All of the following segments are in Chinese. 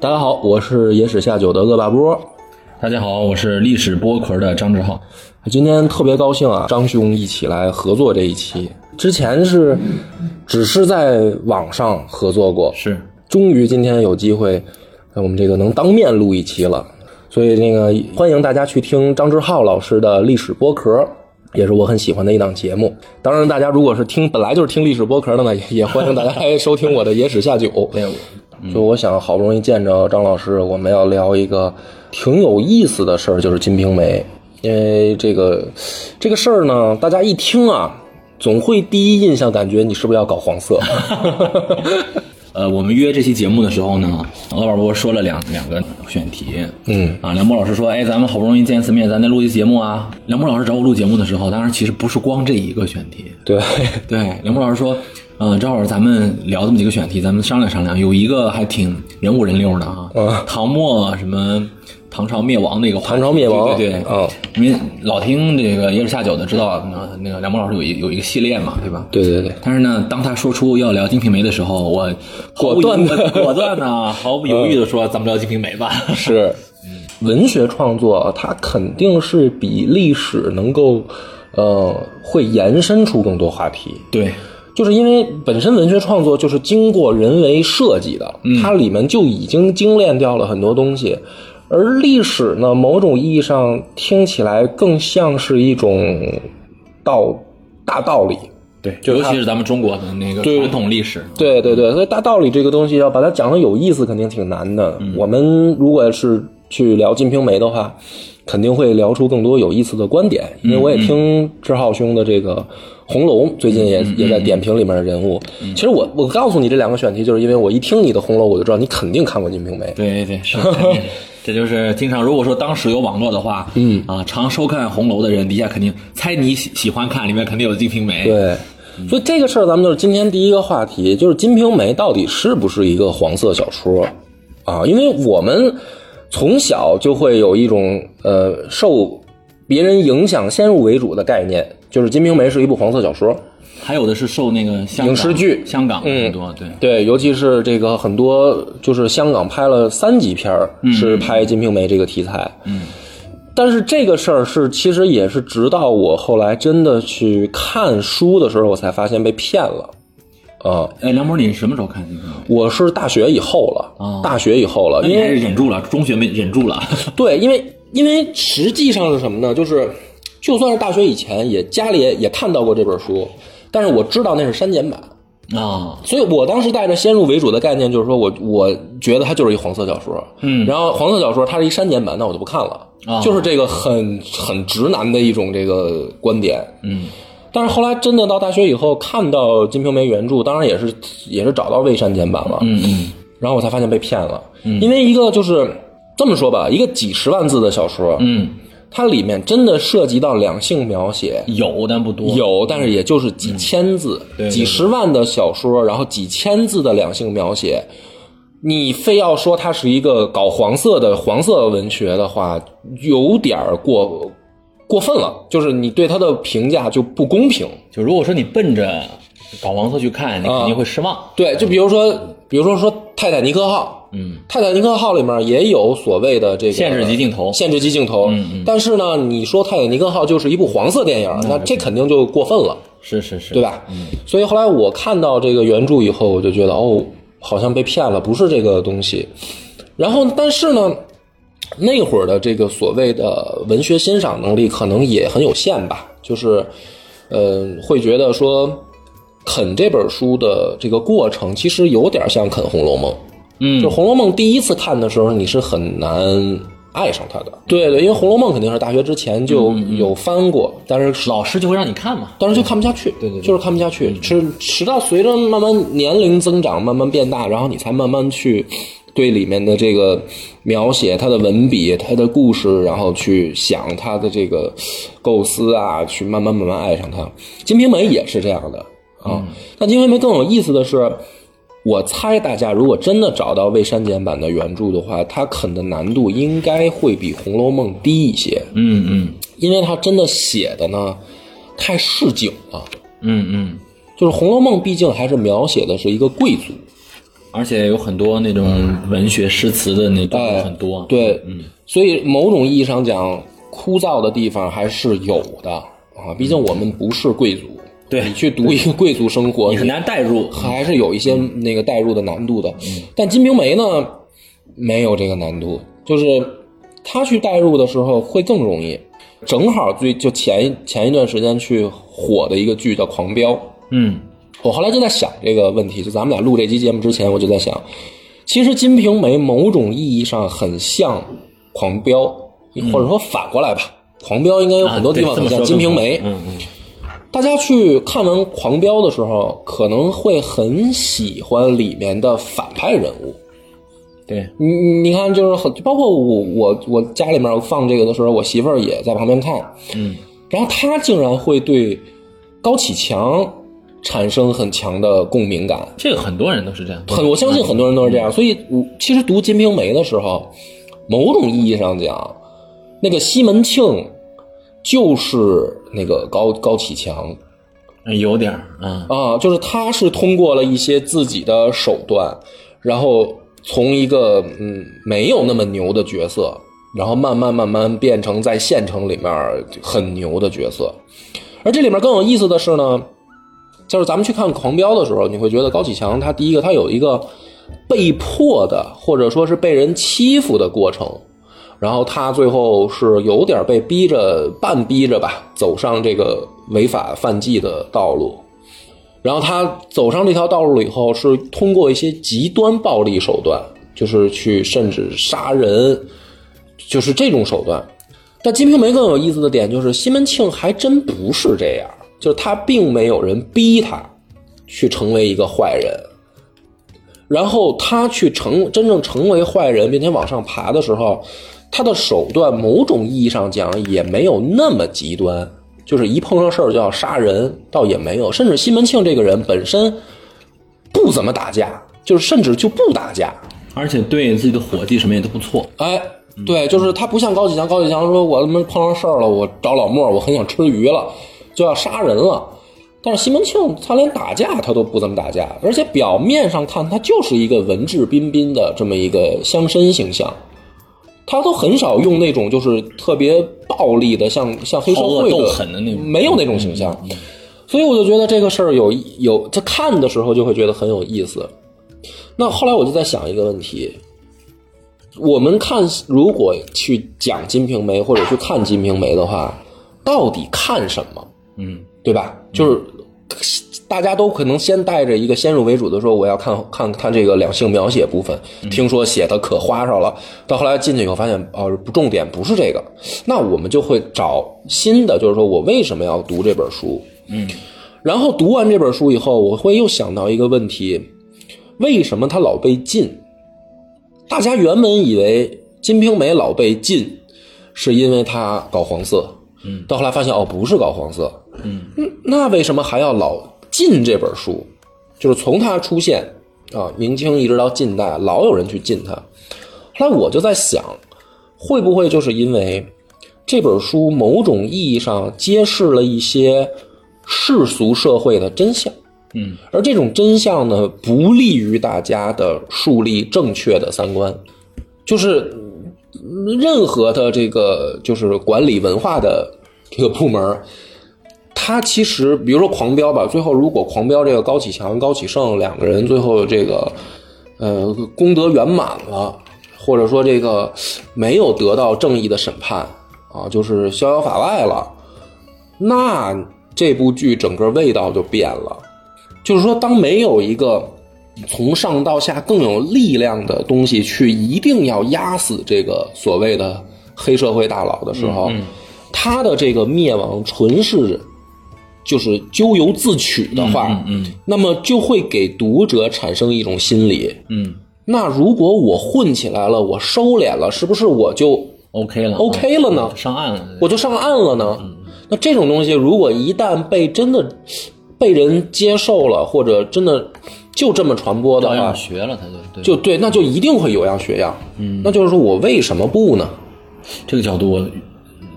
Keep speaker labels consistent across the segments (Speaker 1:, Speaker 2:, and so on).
Speaker 1: 大家好，我是野史下酒的恶霸波。
Speaker 2: 大家好，我是历史波魁的张志浩。
Speaker 1: 今天特别高兴啊，张兄一起来合作这一期。之前是只是在网上合作过，
Speaker 2: 是，
Speaker 1: 终于今天有机会，呃我们这个能当面录一期了。所以那个欢迎大家去听张志浩老师的历史播客，也是我很喜欢的一档节目。当然，大家如果是听本来就是听历史播客的呢，也也欢迎大家来收听我的野史下酒。
Speaker 2: 对，
Speaker 1: 就我想，好不容易见着张老师，我们要聊一个挺有意思的事儿，就是《金瓶梅》。因为这个这个事儿呢，大家一听啊，总会第一印象感觉你是不是要搞黄色？
Speaker 2: 呃，我们约这期节目的时候呢，鄂尔波说了两两个选题，
Speaker 1: 嗯，
Speaker 2: 啊，梁波老师说，哎，咱们好不容易见一次面，咱再录一期节目啊。梁波老师找我录节目的时候，当然其实不是光这一个选题，
Speaker 1: 对，
Speaker 2: 对，梁波老师说，呃，正好咱们聊这么几个选题，咱们商量商量，有一个还挺人五人六的啊，唐末什么唐朝灭亡的一个话题，
Speaker 1: 唐朝灭亡，
Speaker 2: 对对对，
Speaker 1: 啊，
Speaker 2: 因为老听这个野史下酒的知道，那那个梁波老师有一有一个系列嘛，对吧？
Speaker 1: 对对对，
Speaker 2: 但是呢，当他说出要聊《金瓶梅》的时候，我果断的、果断的、毫不犹豫
Speaker 1: 嗯
Speaker 2: 的说：“咱们聊《金瓶梅》吧。
Speaker 1: 是文学创作，它肯定是比历史能够呃会延伸出更多话题。”
Speaker 2: 对，
Speaker 1: 就是因为本身文学创作就是经过人为设计的，它里面就已经精炼掉了很多东西。而历史呢，某种意义上听起来更像是一种道大道理。
Speaker 2: 对，尤其是咱们中国的那个传统历史，
Speaker 1: 对对对，所以大道理这个东西要把它讲的有意思，肯定挺难的。我们如果是去聊《金瓶梅》的话，肯定会聊出更多有意思的观点。因为我也听志浩兄的这个《红楼》，最近也、也在点评里面的人物。其实我我告诉你这两个选题，就是因为我一听你的《红楼》，我就知道你肯定看过《金瓶梅》。
Speaker 2: 对对对， 是。肯定这就是经常，如果说当时有网络的话，嗯啊，常收看《红楼》的人底下肯定猜你喜喜欢看，里面肯定有《金瓶梅》。
Speaker 1: 对，所以这个事儿咱们就是今天第一个话题，就是《金瓶梅》到底是不是一个黄色小说啊？因为我们从小就会有一种呃受别人影响先入为主的概念，就是《金瓶梅》是一部黄色小说。
Speaker 2: 还有的是受那个香港
Speaker 1: 影视剧嗯
Speaker 2: 香港很多对。
Speaker 1: 对，尤其是这个很多就是香港拍了三级片儿，是拍《金瓶梅》这个题材。嗯，但是这个事儿是其实也是直到我后来真的去看书的时候，我才发现被骗了。啊、
Speaker 2: 哎，梁博，你什么时候看《金瓶梅
Speaker 1: 我是大学以后了，
Speaker 2: 哦
Speaker 1: 大学以后》？了，
Speaker 2: 那
Speaker 1: 因
Speaker 2: 你还
Speaker 1: 为
Speaker 2: 是忍住了，中学没忍住 了。
Speaker 1: 对，因为因为实际上是什么呢？就是就算是大学以前也家里也也看到过这本书，但是我知道那是删减版。
Speaker 2: 啊，
Speaker 1: 所以我当时带着先入为主的概念，就是说我我觉得它就是一黄色小说，嗯，哦然后黄色小说它是一删减版，那我就不看了，
Speaker 2: 啊
Speaker 1: 就是这个很很直男的一种这个观点，嗯。但是后来真的到大学以后，看到《金瓶梅》原著，当然也是也是找到未删减版了，嗯嗯，然后我才发现被骗了，因为一个就是这么说吧，一个几十万字的小说，
Speaker 2: 嗯，
Speaker 1: 它里面真的涉及到两性描写，
Speaker 2: 有但不多。嗯
Speaker 1: 有，但是也就是几千字、
Speaker 2: 对对
Speaker 1: 几十万的小说，然后几千字的两性描写，你非要说它是一个搞黄色的黄色文学的话，有点儿过过分了，就是你对它的评价就不公平。
Speaker 2: 就如果说你奔着搞黄色去看，你肯
Speaker 1: 啊
Speaker 2: 定会失望。
Speaker 1: 对，就比如说，比如说说《泰坦尼克号》，嗯，《泰坦尼克号》里面也有所谓的这个
Speaker 2: 限制级镜头
Speaker 1: 限制级镜头，嗯嗯但是呢，你说《泰坦尼克号》就是一部黄色电影，那这肯定就过分了。
Speaker 2: 是是是，嗯
Speaker 1: 对？吧？所以后来我看到这个原著以后，我就觉得哦，好像被骗了，不是这个东西。然后，但是呢，那会儿的这个所谓的文学欣赏能力可能也很有限吧，就是，呃，会觉得说啃这本书的这个过程，其实有点像啃《红楼梦》。
Speaker 2: 嗯
Speaker 1: 就《红楼梦》第一次看的时候，你是很难爱上它的。对对，因为《红楼梦》肯定是大学之前就
Speaker 2: 嗯
Speaker 1: 有翻过，但是
Speaker 2: 老师就会让你看嘛。
Speaker 1: 当时就看不下去，对对嗯就是看不下去。直直到随着慢慢年龄增长，慢慢变大，然后你才慢慢去对里面的这个描写、它的文笔、它的故事，然后去想它的这个构思啊，去慢慢慢慢爱上它。《金瓶梅》也是这样的啊。但《金瓶梅》更有意思的是。我猜大家如果真的找到未删减版的原著的话，它啃的难度应该会比《红楼梦》低一些。
Speaker 2: 嗯嗯
Speaker 1: 因为他真的写的呢太市井了。
Speaker 2: 嗯嗯，
Speaker 1: 就是《红楼梦》，毕竟还是描写的是一个贵族，
Speaker 2: 而且有很多那种文学诗词的那段落很多。
Speaker 1: 哎对，所以某种意义上讲，枯燥的地方还是有的啊。毕竟我们不是贵族，
Speaker 2: 对
Speaker 1: 你去读一个贵族生活，
Speaker 2: 你很难代入。
Speaker 1: 还是有一些那个代入的难度的。
Speaker 2: 嗯
Speaker 1: 但《金瓶梅》呢，没有这个难度，就是他去代入的时候会更容易。正好最就前一前一段时间去火的一个剧叫《狂飙》，
Speaker 2: 嗯，
Speaker 1: 我后来就在想这个问题，就咱们俩录这期节目之前，我就在想，其实《金瓶梅》某种意义上很像《狂飙》，或者说反过来吧，狂飙》应该有很多地方
Speaker 2: 嗯啊对
Speaker 1: 很
Speaker 2: 这
Speaker 1: 像
Speaker 2: 么
Speaker 1: 《
Speaker 2: 说
Speaker 1: 金瓶
Speaker 2: 更好
Speaker 1: 梅》
Speaker 2: 嗯嗯，
Speaker 1: 大家去看完《狂飙》的时候，可能会很喜欢里面的反派人物。
Speaker 2: 对，
Speaker 1: 你你你看，就是很包括我我我家里面放这个的时候，我媳妇儿也在旁边看，
Speaker 2: 嗯，
Speaker 1: 然后她竟然会对高启强产生很强的共鸣感。
Speaker 2: 这个很多人都是这样。
Speaker 1: 很，我相信很多人都是这样。所以，我其实读《金瓶梅》的时候，某种意义上讲，那个西门庆就是那个高高启强
Speaker 2: 嗯有点儿啊，
Speaker 1: 啊，就是他是通过了一些自己的手段，然后从一个嗯没有那么牛的角色，然后慢慢慢慢变成在县城里面很牛的角色。而这里面更有意思的是呢，就是咱们去看《狂飙》的时候，你会觉得高启强他第一个他有一个被迫的或者说是被人欺负的过程，然后他最后是有点被逼着半逼着吧走上这个违法犯纪的道路。然后他走上这条道路以后，是通过一些极端暴力手段，就是去甚至杀人，就是这种手段。但《金瓶梅》更有意思的点就是，西门庆还真不是这样，就是他并没有人逼他去成为一个坏人，然后他去成真正成为坏人，并且往上爬的时候，他的手段某种意义上讲也没有那么极端，就是一碰上事儿就要杀人，倒也没有。甚至西门庆这个人本身不怎么打架，就是甚至就不打架。
Speaker 2: 而且对自己的伙计什么也都不错。
Speaker 1: 哎，
Speaker 2: 嗯
Speaker 1: 对，就是他不像高启强，高启强说我他妈碰上事儿了，我找老莫，我很想吃鱼了，就要杀人了。但是西门庆他连打架他都不怎么打架，而且表面上看他就是一个文质彬彬的这么一个乡绅形象，他都很少用那种就是特别暴力的，像像黑社会
Speaker 2: 好恶
Speaker 1: 的
Speaker 2: 斗狠的那种嗯
Speaker 1: 没有那种形象。所以我就觉得这个事儿有有，他看的时候就会觉得很有意思。那后来我就在想一个问题，我们看，如果去讲《金瓶梅》或者去看《金瓶梅》的话，到底看什么？
Speaker 2: 嗯，
Speaker 1: 对吧？就是大家都可能先带着一个先入为主的说，我要看看看这个两性描写部分，听说写的可花哨了，到后来进去以后发现哦，不重点不是这个，那我们就会找新的，就是说我为什么要读这本书？嗯，然后读完这本书以后，我会又想到一个问题：为什么它老被禁？大家原本以为《金瓶梅》老被禁，是因为它搞黄色，嗯，到后来发现哦，不是搞黄色，嗯，那为什么还要老禁这本书？就是从它出现啊，明清一直到近代，老有人去禁它。后来我就在想，会不会就是因为这本书某种意义上揭示了一些世俗社会的真相？嗯，而这种真相呢，不利于大家的树立正确的三观，就是嗯任何的这个就是管理文化的这个部门儿，他其实，比如说《狂飙》吧，最后如果《狂飙》这个高启强、高启盛两个人最后这个，呃，功德圆满了，或者说这个没有得到正义的审判啊，就是逍遥法外了，那这部剧整个味道就变了。就是说，当没有一个从上到下更有力量的东西去一定要压死这个所谓的黑社会大佬的时
Speaker 2: 嗯
Speaker 1: 候，他的这个灭亡纯是就是咎由自取的话，
Speaker 2: 嗯
Speaker 1: 那么就会给读者产生一种心理：
Speaker 2: 嗯
Speaker 1: 那如果我混起来了，我收敛了，是不是我就
Speaker 2: ，OK 了
Speaker 1: OK 了呢？
Speaker 2: 啊上岸了。
Speaker 1: 我就上岸了呢？那这种东西，如果一旦被真的被人接受了，或者真的就这么传播的
Speaker 2: 照样
Speaker 1: 话，
Speaker 2: 学了，他就对
Speaker 1: 就对，那就一定会有样学样。嗯，那就是说我为什么不呢？
Speaker 2: 这个角度，我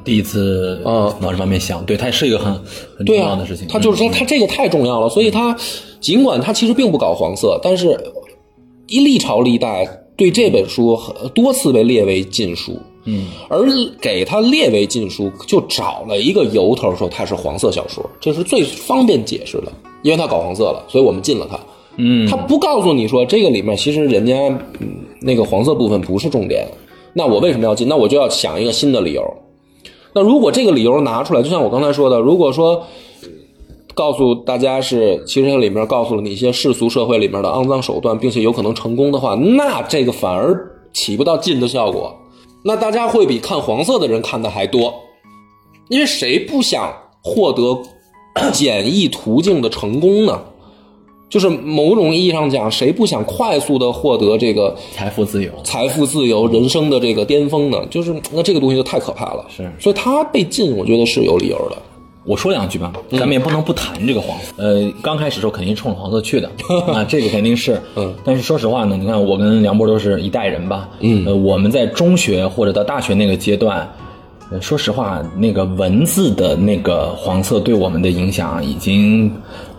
Speaker 2: 第一次
Speaker 1: 嗯
Speaker 2: 往这方面想，对，它是一个很很重
Speaker 1: 对
Speaker 2: 要
Speaker 1: 啊
Speaker 2: 的事情。，嗯
Speaker 1: 他就是说他这个太重要了，所以他尽管他其实并不搞黄色，但是一历朝历代对这本书呃多次被列为禁书。嗯，而给它列为禁书，就找了一个由头说它是黄色小说，这是最方便解释的，因为它搞黄色了，所以我们禁了它。嗯，他不告诉你说这个里面其实人家嗯那个黄色部分不是重点，那我为什么要禁？那我就要想一个新的理由。那如果这个理由拿出来，就像我刚才说的，如果说告诉大家是，其实它里面告诉了你一些世俗社会里面的肮脏手段，并且有可能成功的话，那这个反而起不到禁的效果。那大家会比看黄色的人看的还多，因为谁不想获得简易途径的成功呢？就是某种意义上讲，谁不想快速的获得这个
Speaker 2: 嗯财富自由，
Speaker 1: 财富自由、人生的这个巅峰呢？就是那这个东西就太可怕了。
Speaker 2: 是
Speaker 1: 所以他被禁，我觉得是有理由的。
Speaker 2: 我说两句吧，咱们也不能不谈这个黄色。呃，刚开始时候肯定冲着黄色去 的啊，这个肯定是。嗯，但是说实话呢，你看我跟梁波都是一代人吧，嗯，呃，我们在中学或者到大学那个阶段。呃说实话，那个文字的那个黄色对我们的影响已经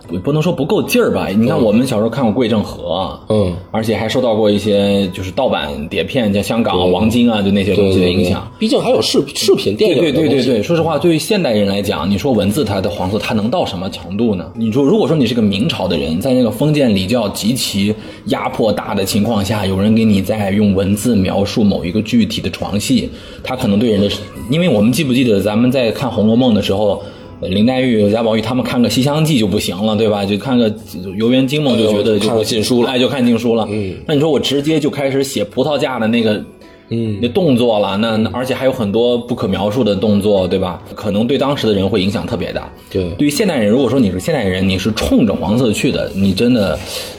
Speaker 2: 不不能说不够劲儿吧？你看，我们小时候看过《桂正和》，
Speaker 1: 嗯，
Speaker 2: 而且还受到过一些就是盗版碟片，像香港王晶啊，就那些东西的影响。
Speaker 1: 毕竟还有视视频电影
Speaker 2: 对
Speaker 1: 的
Speaker 2: 对对
Speaker 1: 东
Speaker 2: 对
Speaker 1: 西。
Speaker 2: 对，说实话，对于现代人来讲，你说文字它的黄色，它能到什么程度呢？你说，如果说你是个明朝的人，在那个封建礼教极其压迫大的情况下，有人给你在用文字描述某一个具体的床戏，他可能对人的，因为我们记不记得咱们在看《红楼梦》的时候。呃林黛玉、贾宝玉他们看个《西厢记》就不行了，对吧？就看个《游园惊梦》就觉得就
Speaker 1: 看
Speaker 2: 不
Speaker 1: 了禁书了
Speaker 2: 哎，就看禁书了。嗯，那你说我直接就开始写葡萄架的那个，嗯，那动作了，那那而且还有很多不可描述的动作，对吧？可能对当时的人会影响特别大。
Speaker 1: 对
Speaker 2: 对于现代人，如果说你是现代人，你是冲着黄色去的，你真的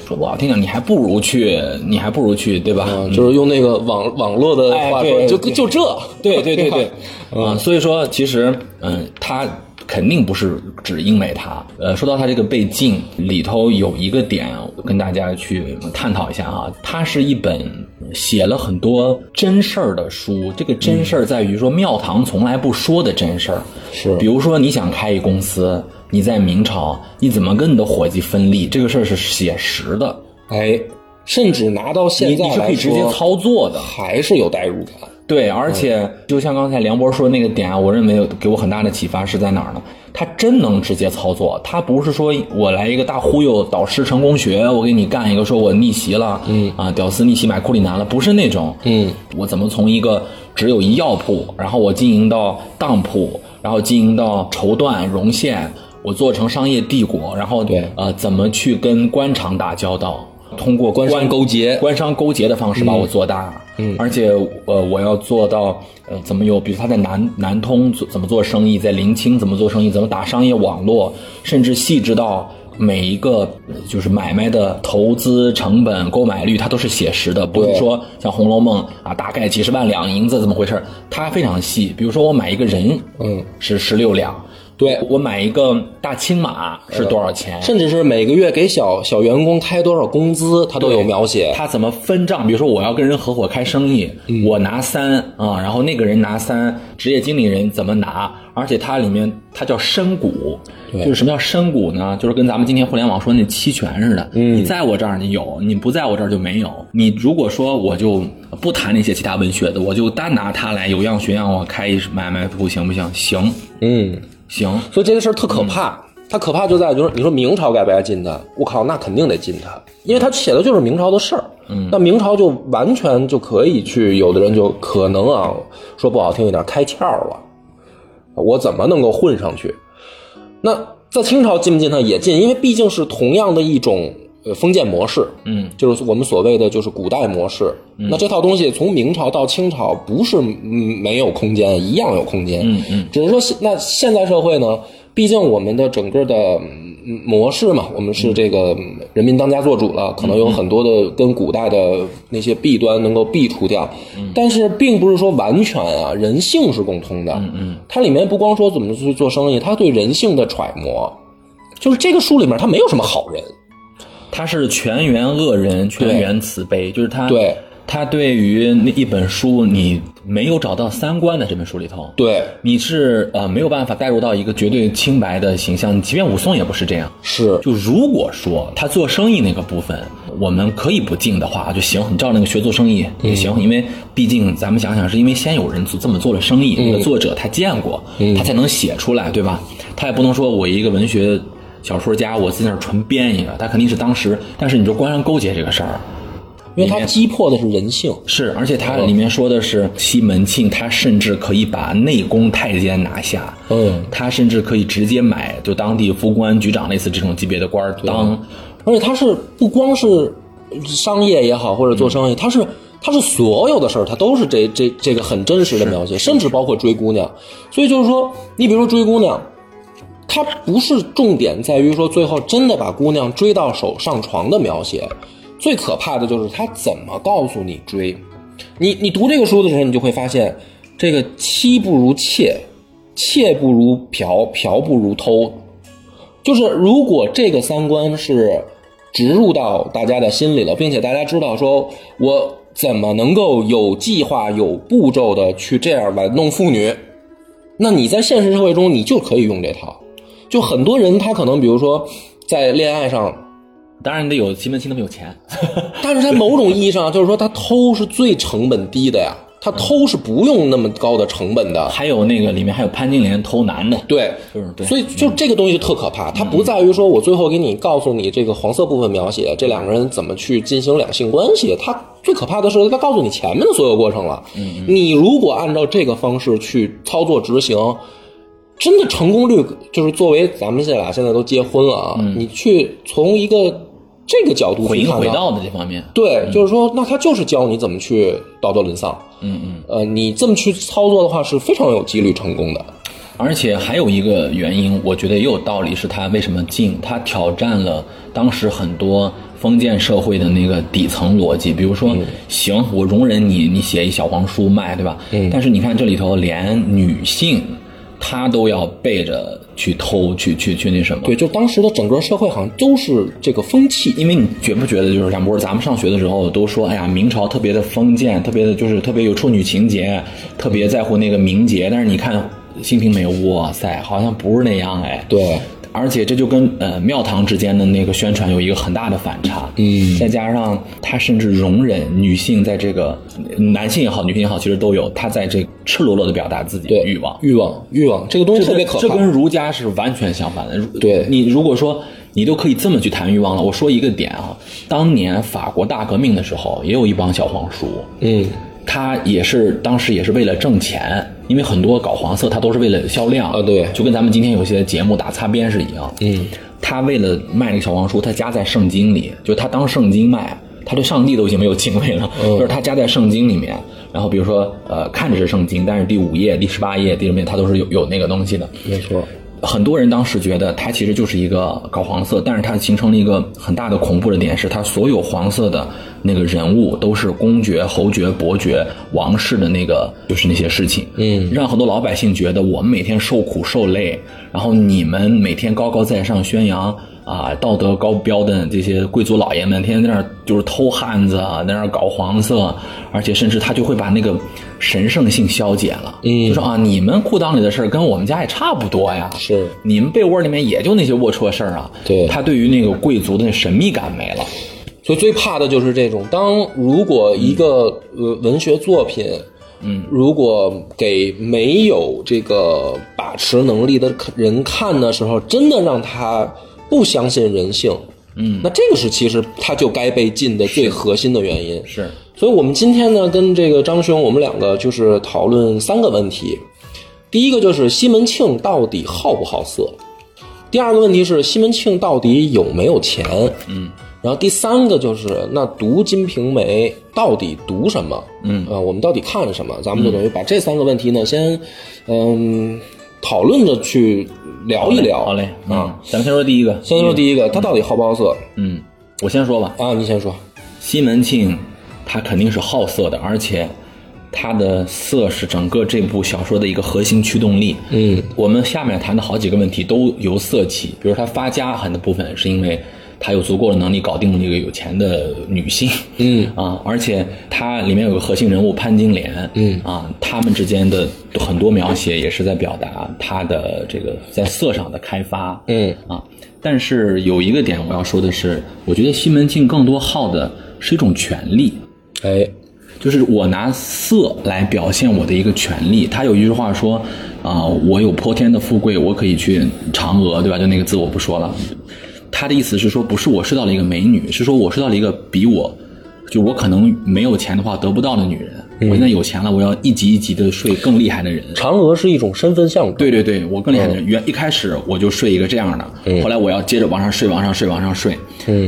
Speaker 2: 说不好听点，你还不如去，你还不如去，对吧？
Speaker 1: 嗯就是用那个网网络的话
Speaker 2: 哎
Speaker 1: 说，
Speaker 2: 对
Speaker 1: 就
Speaker 2: 对
Speaker 1: 就这，
Speaker 2: 对对对对， 啊
Speaker 1: 吧、
Speaker 2: 所以说其实，嗯、他肯定不是只因为他。呃，说到他这个被禁里头有一个点，我跟大家去探讨一下啊，它是一本写了很多真事儿的书，这个真事儿在于说庙堂从来不说的真事儿，
Speaker 1: 嗯是
Speaker 2: 比如说你想开一公司。你在明朝，你怎么跟你的伙计分利？这个事儿是写实的，
Speaker 1: 哎，甚至拿到
Speaker 2: 你
Speaker 1: 现在
Speaker 2: 你是可
Speaker 1: 来
Speaker 2: 以直接
Speaker 1: 说，
Speaker 2: 操作的。
Speaker 1: 还是有代入感。
Speaker 2: 对，而且就像刚才梁博说的那个点啊，我认为有给我很大的启发是在哪儿呢？他真能直接操作，他不是说我来一个大忽悠导师成功学，我给你干一个说我逆袭了，嗯啊，屌丝逆袭买库里南了，不是那种，嗯，我怎么从一个只有一药铺，然后我经营到当铺，然后经营到绸缎绒线，我做成商业帝国，然后
Speaker 1: 对
Speaker 2: 呃怎么去跟官场打交道，通过官
Speaker 1: 商勾结
Speaker 2: 官商勾结的方式把我做大。嗯，而且呃，我要做到呃，怎么有，比如他在南南通做怎么做生意，在临清怎么做生意，怎么打商业网络，甚至细致到每一个呃就是买卖的投资成本、购买率，它都是写实的，不是
Speaker 1: 对
Speaker 2: 说像《红楼梦》啊，大概几十万两银子怎么回事？它非常细。比如说我买一个人，
Speaker 1: 嗯，
Speaker 2: 是十六两。
Speaker 1: 对
Speaker 2: 我买一个大青马是多少钱？
Speaker 1: 哎甚至是每个月给小小员工开多少工资，他都有描写。
Speaker 2: 他怎么分账？比如说我要跟人合伙开生意，我拿三啊、然后那个人拿三，职业经理人怎么拿？而且它里面它叫深股，就是什么叫深股呢？就是跟咱们今天互联网说那期权似的，你在我这儿你有，你不在我这儿就没有。你如果说我就不谈那些其他文学的，我就单拿它来有样学样，我开一买卖铺行不行？行
Speaker 1: 嗯，
Speaker 2: 行，
Speaker 1: 所以这个事儿特可怕。它可怕就在于，就是你说明朝该不该禁它？我靠，那肯定得禁它，因为它写的就是明朝的事儿。嗯，那明朝就完全就可以去，有的人就可能啊，说不好听一点，开窍了。我怎么能够混上去？那在清朝禁不禁它也禁，因为毕竟是同样的一种呃封建模式，
Speaker 2: 嗯，
Speaker 1: 就是我们所谓的就是古代模式。那这套东西从明朝到清朝不是嗯没有空间，一样有空间，嗯嗯，只是说现那现代社会呢，毕竟我们的整个的。嗯模式嘛，我们是这个嗯人民当家做主了，可能有很多的跟古代的那些弊端能够避除掉，但是并不是说完全啊，人性是共通的。嗯嗯，它里面不光说怎么去做生意，它对人性的揣摩，就是这个书里面它没有什么好人，
Speaker 2: 他是全员恶人，全员慈悲，就是他
Speaker 1: 对
Speaker 2: 他对于那一本书，你没有找到三观的这本书里头，
Speaker 1: 对，
Speaker 2: 你是呃没有办法带入到一个绝对清白的形象，即便武松也不是这样。
Speaker 1: 是
Speaker 2: 就如果说他做生意那个部分，我们可以不进的话就行，你照那个学做生意也行，因为毕竟咱们想想，是因为先有人做这么做了生意，那个作者他见过，他才能写出来，对吧？他也不能说我一个文学小说家，我自己在那儿纯编一个，他肯定是当时，但是你就官商勾结这个事儿，
Speaker 1: 因为它击破的是人性。
Speaker 2: 是，而且它里面说的是西门庆，他甚至可以把内宫太监拿下，
Speaker 1: 嗯，
Speaker 2: 他甚至可以直接买就当地副官、局长类似这种级别的官儿当，
Speaker 1: 而且它是不光是商业也好，或者做生意，它是它是所有的事儿，它都是这这这个很真实的描写，甚至包括追姑娘。所以就是说，你比如说追姑娘，它不是重点在于说最后真的把姑娘追到手上床的描写，最可怕的就是他怎么告诉你追。你你读这个书的时候，你就会发现，这个妻不如妾，妾不如嫖，嫖不如偷，就是如果这个三观是植入到大家的心里了，并且大家知道说我怎么能够有计划、有步骤的去这样玩弄妇女，那你在现实社会中你就可以用这套。就很多人他可能比如说在恋爱上，
Speaker 2: 当然你得有西门庆那么有钱，
Speaker 1: 但是他某种意义上就是说他偷是最成本低的呀，他偷是不用那么高的成本的。
Speaker 2: 还有那个里面还有潘金莲偷男的，
Speaker 1: 对，
Speaker 2: 就是对，嗯
Speaker 1: 所以就这个东西就特可怕，它不在于说我最后给你告诉你这个黄色部分描
Speaker 2: 嗯
Speaker 1: 写这两个人怎么去进行两性关系，它最可怕的是它告诉你前面的所有过程了。
Speaker 2: 嗯
Speaker 1: 你如果按照这个方式去操作执行，真的成功率就是作为咱们这俩现在都结婚了啊，你去从一个这个角度
Speaker 2: 回
Speaker 1: 去
Speaker 2: 应
Speaker 1: 看
Speaker 2: 嗯回嗯
Speaker 1: 到
Speaker 2: 到的这方面，
Speaker 1: 对，就是说，那他就是教你怎么去道德沦丧。嗯嗯，呃，你这么去操作的话是非常有几率成功的。
Speaker 2: 而且还有一个原因，我觉得也有道理，是他为什么进，他挑战了当时很多封建社会的那个底层逻辑。比如说，行，我容忍你，你写一小黄书卖，对吧？但是你看这里头，连女性她都要背着去偷，去去去那什么。
Speaker 1: 对，就当时的整个社会好像都是这个风气，
Speaker 2: 因为你觉不觉得就是像不是咱们上学的时候都说，哎呀，明朝特别的封建，特别的就是特别有处女情节，特别在乎那个名节。但是你看《新平美》，哇塞，好像不是那样哎。
Speaker 1: 对，
Speaker 2: 而且这就跟呃庙堂之间的那个宣传有一个很大的反差。嗯，再加上他甚至容忍女性在这个男性也好，女性也好，其实都有他在这赤裸裸的表达自己的
Speaker 1: 对
Speaker 2: 欲望。
Speaker 1: 欲望，欲望这个东西特别可
Speaker 2: 这跟
Speaker 1: 怕。
Speaker 2: 儒家是完全相反的。如
Speaker 1: 对
Speaker 2: 你如果说你都可以这么去谈欲望了，我说一个点啊，当年法国大革命的时候，也有一帮小黄书，
Speaker 1: 嗯，
Speaker 2: 他也是当时也是为了挣钱，因为很多搞黄色，他都是为了销量
Speaker 1: 啊对
Speaker 2: 就跟咱们今天有些节目打擦边是一样。嗯，他为了卖那个小黄书，他加在圣经里，就他当圣经卖，他对上帝都已经没有敬畏了，就是他加在圣经里面。然后比如说，呃，看着是圣经，但是第五页、第十八页、第什么页，他都是有有那个东西的。
Speaker 1: 没错，
Speaker 2: 很多人当时觉得它其实就是一个搞黄色，但是它形成了一个很大的恐怖的点是，它所有黄色的那个人物都是公爵、侯爵、伯爵、王室的那个就是那些事情，嗯，让很多老百姓觉得我们每天受苦受累，然后你们每天高高在上宣扬。啊，道德高标的这些贵族老爷们，天天在那儿就是偷汉子啊，在那儿搞黄色，而且甚至他就会把那个神圣性消解了，嗯，就说啊，你们裤裆里的事儿跟我们家也差不多呀，
Speaker 1: 是
Speaker 2: 你们被窝里面也就那些龌龊事儿啊。
Speaker 1: 对
Speaker 2: 他对于那个贵族的神秘感没了。
Speaker 1: 所以最怕的就是这种。当如果一个呃文学作品，嗯，如果给没有这个把持能力的人看的时候，真的让他不相信人性，嗯，那这个是其实他就该被禁的最核心的原因。
Speaker 2: 是，
Speaker 1: 所以我们今天呢，跟这个张兄，我们两个就是讨论三个问题。第一个就是西门庆到底好不好色？第二个问题是西门庆到底有没有钱？嗯，然后第三个就是那读《金瓶梅》到底读什么？嗯，啊、我们到底看什么？咱们就等于把这三个问题呢，先嗯讨论着去聊一聊。
Speaker 2: 好嘞，嗯，咱们先说第一个，
Speaker 1: 先说第一个，他到底好不好色？
Speaker 2: 嗯，我先说吧。
Speaker 1: 啊，你先说。
Speaker 2: 西门庆他肯定是好色的，而且他的色是整个这部小说的一个核心驱动力。嗯，我们下面谈的好几个问题都由色起，比如他发家很的部分是因为她有足够的能力搞定这个有钱的女性，嗯啊，而且它里面有个核心人物潘金莲，嗯啊，他们之间的很多描写也是在表达她的这个在色上的开发，
Speaker 1: 嗯
Speaker 2: 啊，但是有一个点我要说的是，我觉得西门庆更多好的是一种权利，
Speaker 1: 哎，
Speaker 2: 就是我拿色来表现我的一个权利。他有一句话说，啊、我有泼天的富贵，我可以去嫦娥，对吧？就那个字我不说了。他的意思是说，不是我睡到了一个美女，是说我睡到了一个比我，就我可能没有钱的话得不到的女人。我现在有钱了，我要一级一级的睡更厉害的人。
Speaker 1: 嫦娥是一种身份象征，
Speaker 2: 对对对，我更厉害的人，原一开始我就睡一个这样的，后来我要接着往上睡，往上睡，往上睡。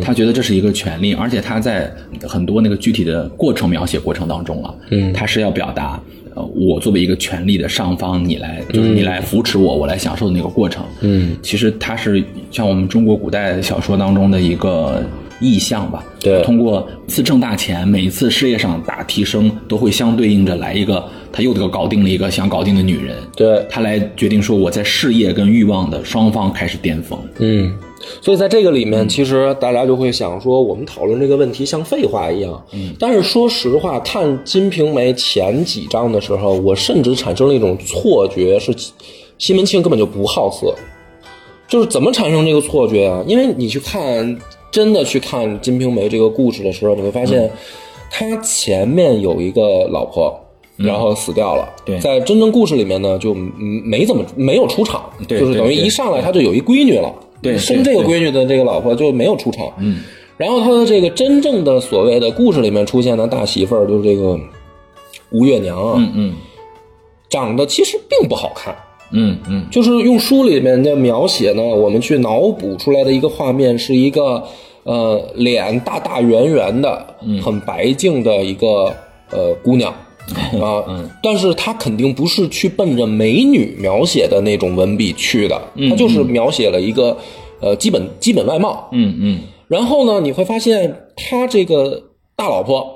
Speaker 2: 他觉得这是一个权利，而且他在很多那个具体的过程描写过程当中啊，他是要表达，呃，我作为一个权力的上方，你来就是你来扶持我，我来享受那个过程。嗯，其实它是像我们中国古代小说当中的一个意象吧。
Speaker 1: 对
Speaker 2: 通过一次挣大钱，每一次事业上大提升，都会相对应着来一个，他又得搞定了一个想搞定的女人。
Speaker 1: 对，
Speaker 2: 他来决定说我在事业跟欲望的双方开始巅峰。
Speaker 1: 嗯，所以在这个里
Speaker 2: 嗯
Speaker 1: 面，其实大家就会想说，我们讨论这个问题像废话一样。嗯，但是说实话，看《金瓶梅》前几章的时候，我甚至产生了一种错觉，是西门庆根本就不好色。就是怎么产生这个错觉啊？因为你去看，真的去看《金瓶梅》这个故事的时候，你会发
Speaker 2: 嗯
Speaker 1: 现，他前面有一个老婆，然后死掉了。
Speaker 2: 嗯对
Speaker 1: 在真正故事里面呢，就嗯没怎么没有出场，
Speaker 2: 对
Speaker 1: 就是等于
Speaker 2: 对对
Speaker 1: 一上来他就有一闺女了。
Speaker 2: 对
Speaker 1: 生这个闺女的这个老婆就没有出场。嗯，然后他的这个真正的所谓的故事里面出现的大媳妇儿，就是这个吴月娘啊，
Speaker 2: 嗯嗯
Speaker 1: 长得其实并不好看。
Speaker 2: 嗯嗯，
Speaker 1: 就是用书里面的描写呢，我们去脑补出来的一个画面是一个呃脸大大圆圆的、
Speaker 2: 嗯
Speaker 1: 很白净的一个呃姑 娘。啊，
Speaker 2: 嗯
Speaker 1: 但是她肯定不是去奔着美女描写的那种文笔去的，她就是描写了一个，呃，基本基本外貌，
Speaker 2: 嗯嗯
Speaker 1: 然后呢，你会发现他这个大老婆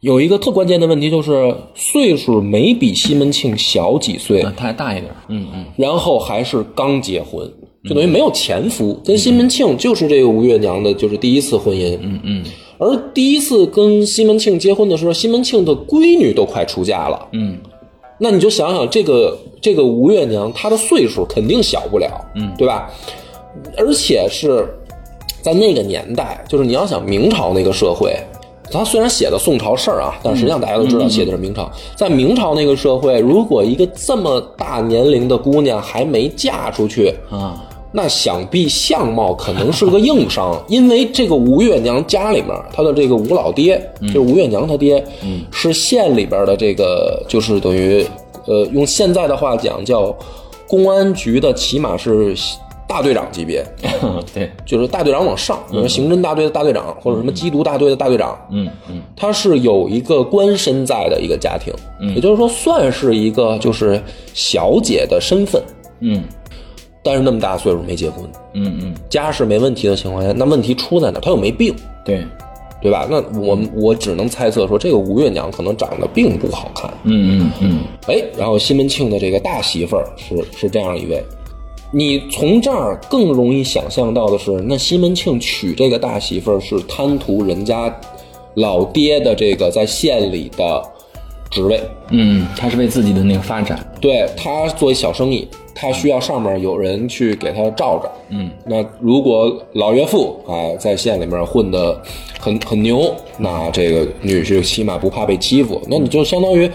Speaker 1: 有一个特关键的问题，就是岁数没比西门庆小几岁
Speaker 2: 那，他还大一点儿。嗯嗯
Speaker 1: 然后还是刚结婚，就等于没有前夫。跟西门庆就是这个吴月娘的，就是第一次婚姻。嗯嗯。而第一次跟西门庆结婚的时候，西门庆的闺女都快出嫁了。
Speaker 2: 嗯，
Speaker 1: 那你就想想这个这个吴月娘，她的岁数肯定小不了，嗯，对吧？而且是在那个年代，就是你要想明朝那个社会，他虽然写的宋朝事儿啊，但实际上大家都知道写的是明朝。在明朝那个社会，如果一个这么大年龄的姑娘还没嫁出去，
Speaker 2: 啊，
Speaker 1: 那想必相貌可能是个硬
Speaker 2: 嗯
Speaker 1: 伤，因为这个吴月娘家里面，她的这个吴老爹，
Speaker 2: 嗯
Speaker 1: 就是吴月娘她爹，是县里边的这个，就是等于，呃，用现在的话讲叫公安局的，起码是大队长级别，
Speaker 2: 嗯对，
Speaker 1: 就是大队长往上，比如说刑侦大队的大队长，或者什么缉毒大队的大队长，
Speaker 2: 嗯嗯
Speaker 1: 他是有一个官身在的一个家庭，
Speaker 2: 嗯
Speaker 1: 也就是说算是一个就是小姐的身份，
Speaker 2: 嗯
Speaker 1: 但是那么大岁数没结婚。
Speaker 2: 嗯嗯，
Speaker 1: 家是没问题的情况下，那问题出在哪儿？他又没病，
Speaker 2: 对，
Speaker 1: 对吧？那我我只能猜测说，这个吴月娘可能长得并不好看。
Speaker 2: 嗯嗯嗯
Speaker 1: 哎，然后西门庆的这个大媳妇儿是是这样一位，你从这儿更容易想象到的是，那西门庆娶这个大媳妇儿是贪图人家老爹的这个在县里的职位，
Speaker 2: 嗯，他是为自己的那个发展。
Speaker 1: 对他作为小生意，他需要上面有人去给他罩着。嗯，那如果老岳父哎在县里面混得很很牛，那这个女婿起码不怕被欺负。那你就相当于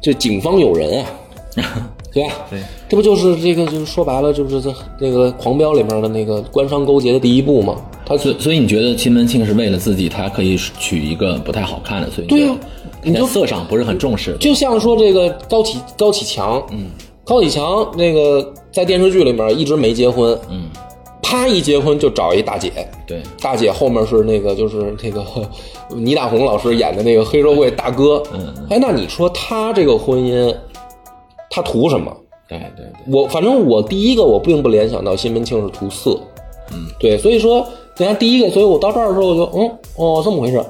Speaker 1: 这警方有人啊，对吧？
Speaker 2: 对，
Speaker 1: 这不就是这个就是说白了就是这那个《狂飙》里面的那个官商勾结的第一步吗？他
Speaker 2: 所以所以你觉得西门庆是为了自己，他可以娶一个不太好看的，所以
Speaker 1: 对呀
Speaker 2: 呀、啊你就色上不是很重视。
Speaker 1: 就像说这个高启高启强，嗯，高启强那个在电视剧里面一直没结婚，嗯，啪一结婚就找一大姐，
Speaker 2: 对，
Speaker 1: 大姐后面是那个就是那个 呵倪大红老师演的那个黑社会大哥，嗯，哎，那你说他这个婚姻，他图什么？
Speaker 2: 对对对，
Speaker 1: 我反正我第一个我并不联想到西门庆是图色，嗯，对，所以说你看第一个，所以我到这儿的时候我就嗯哦这么回事。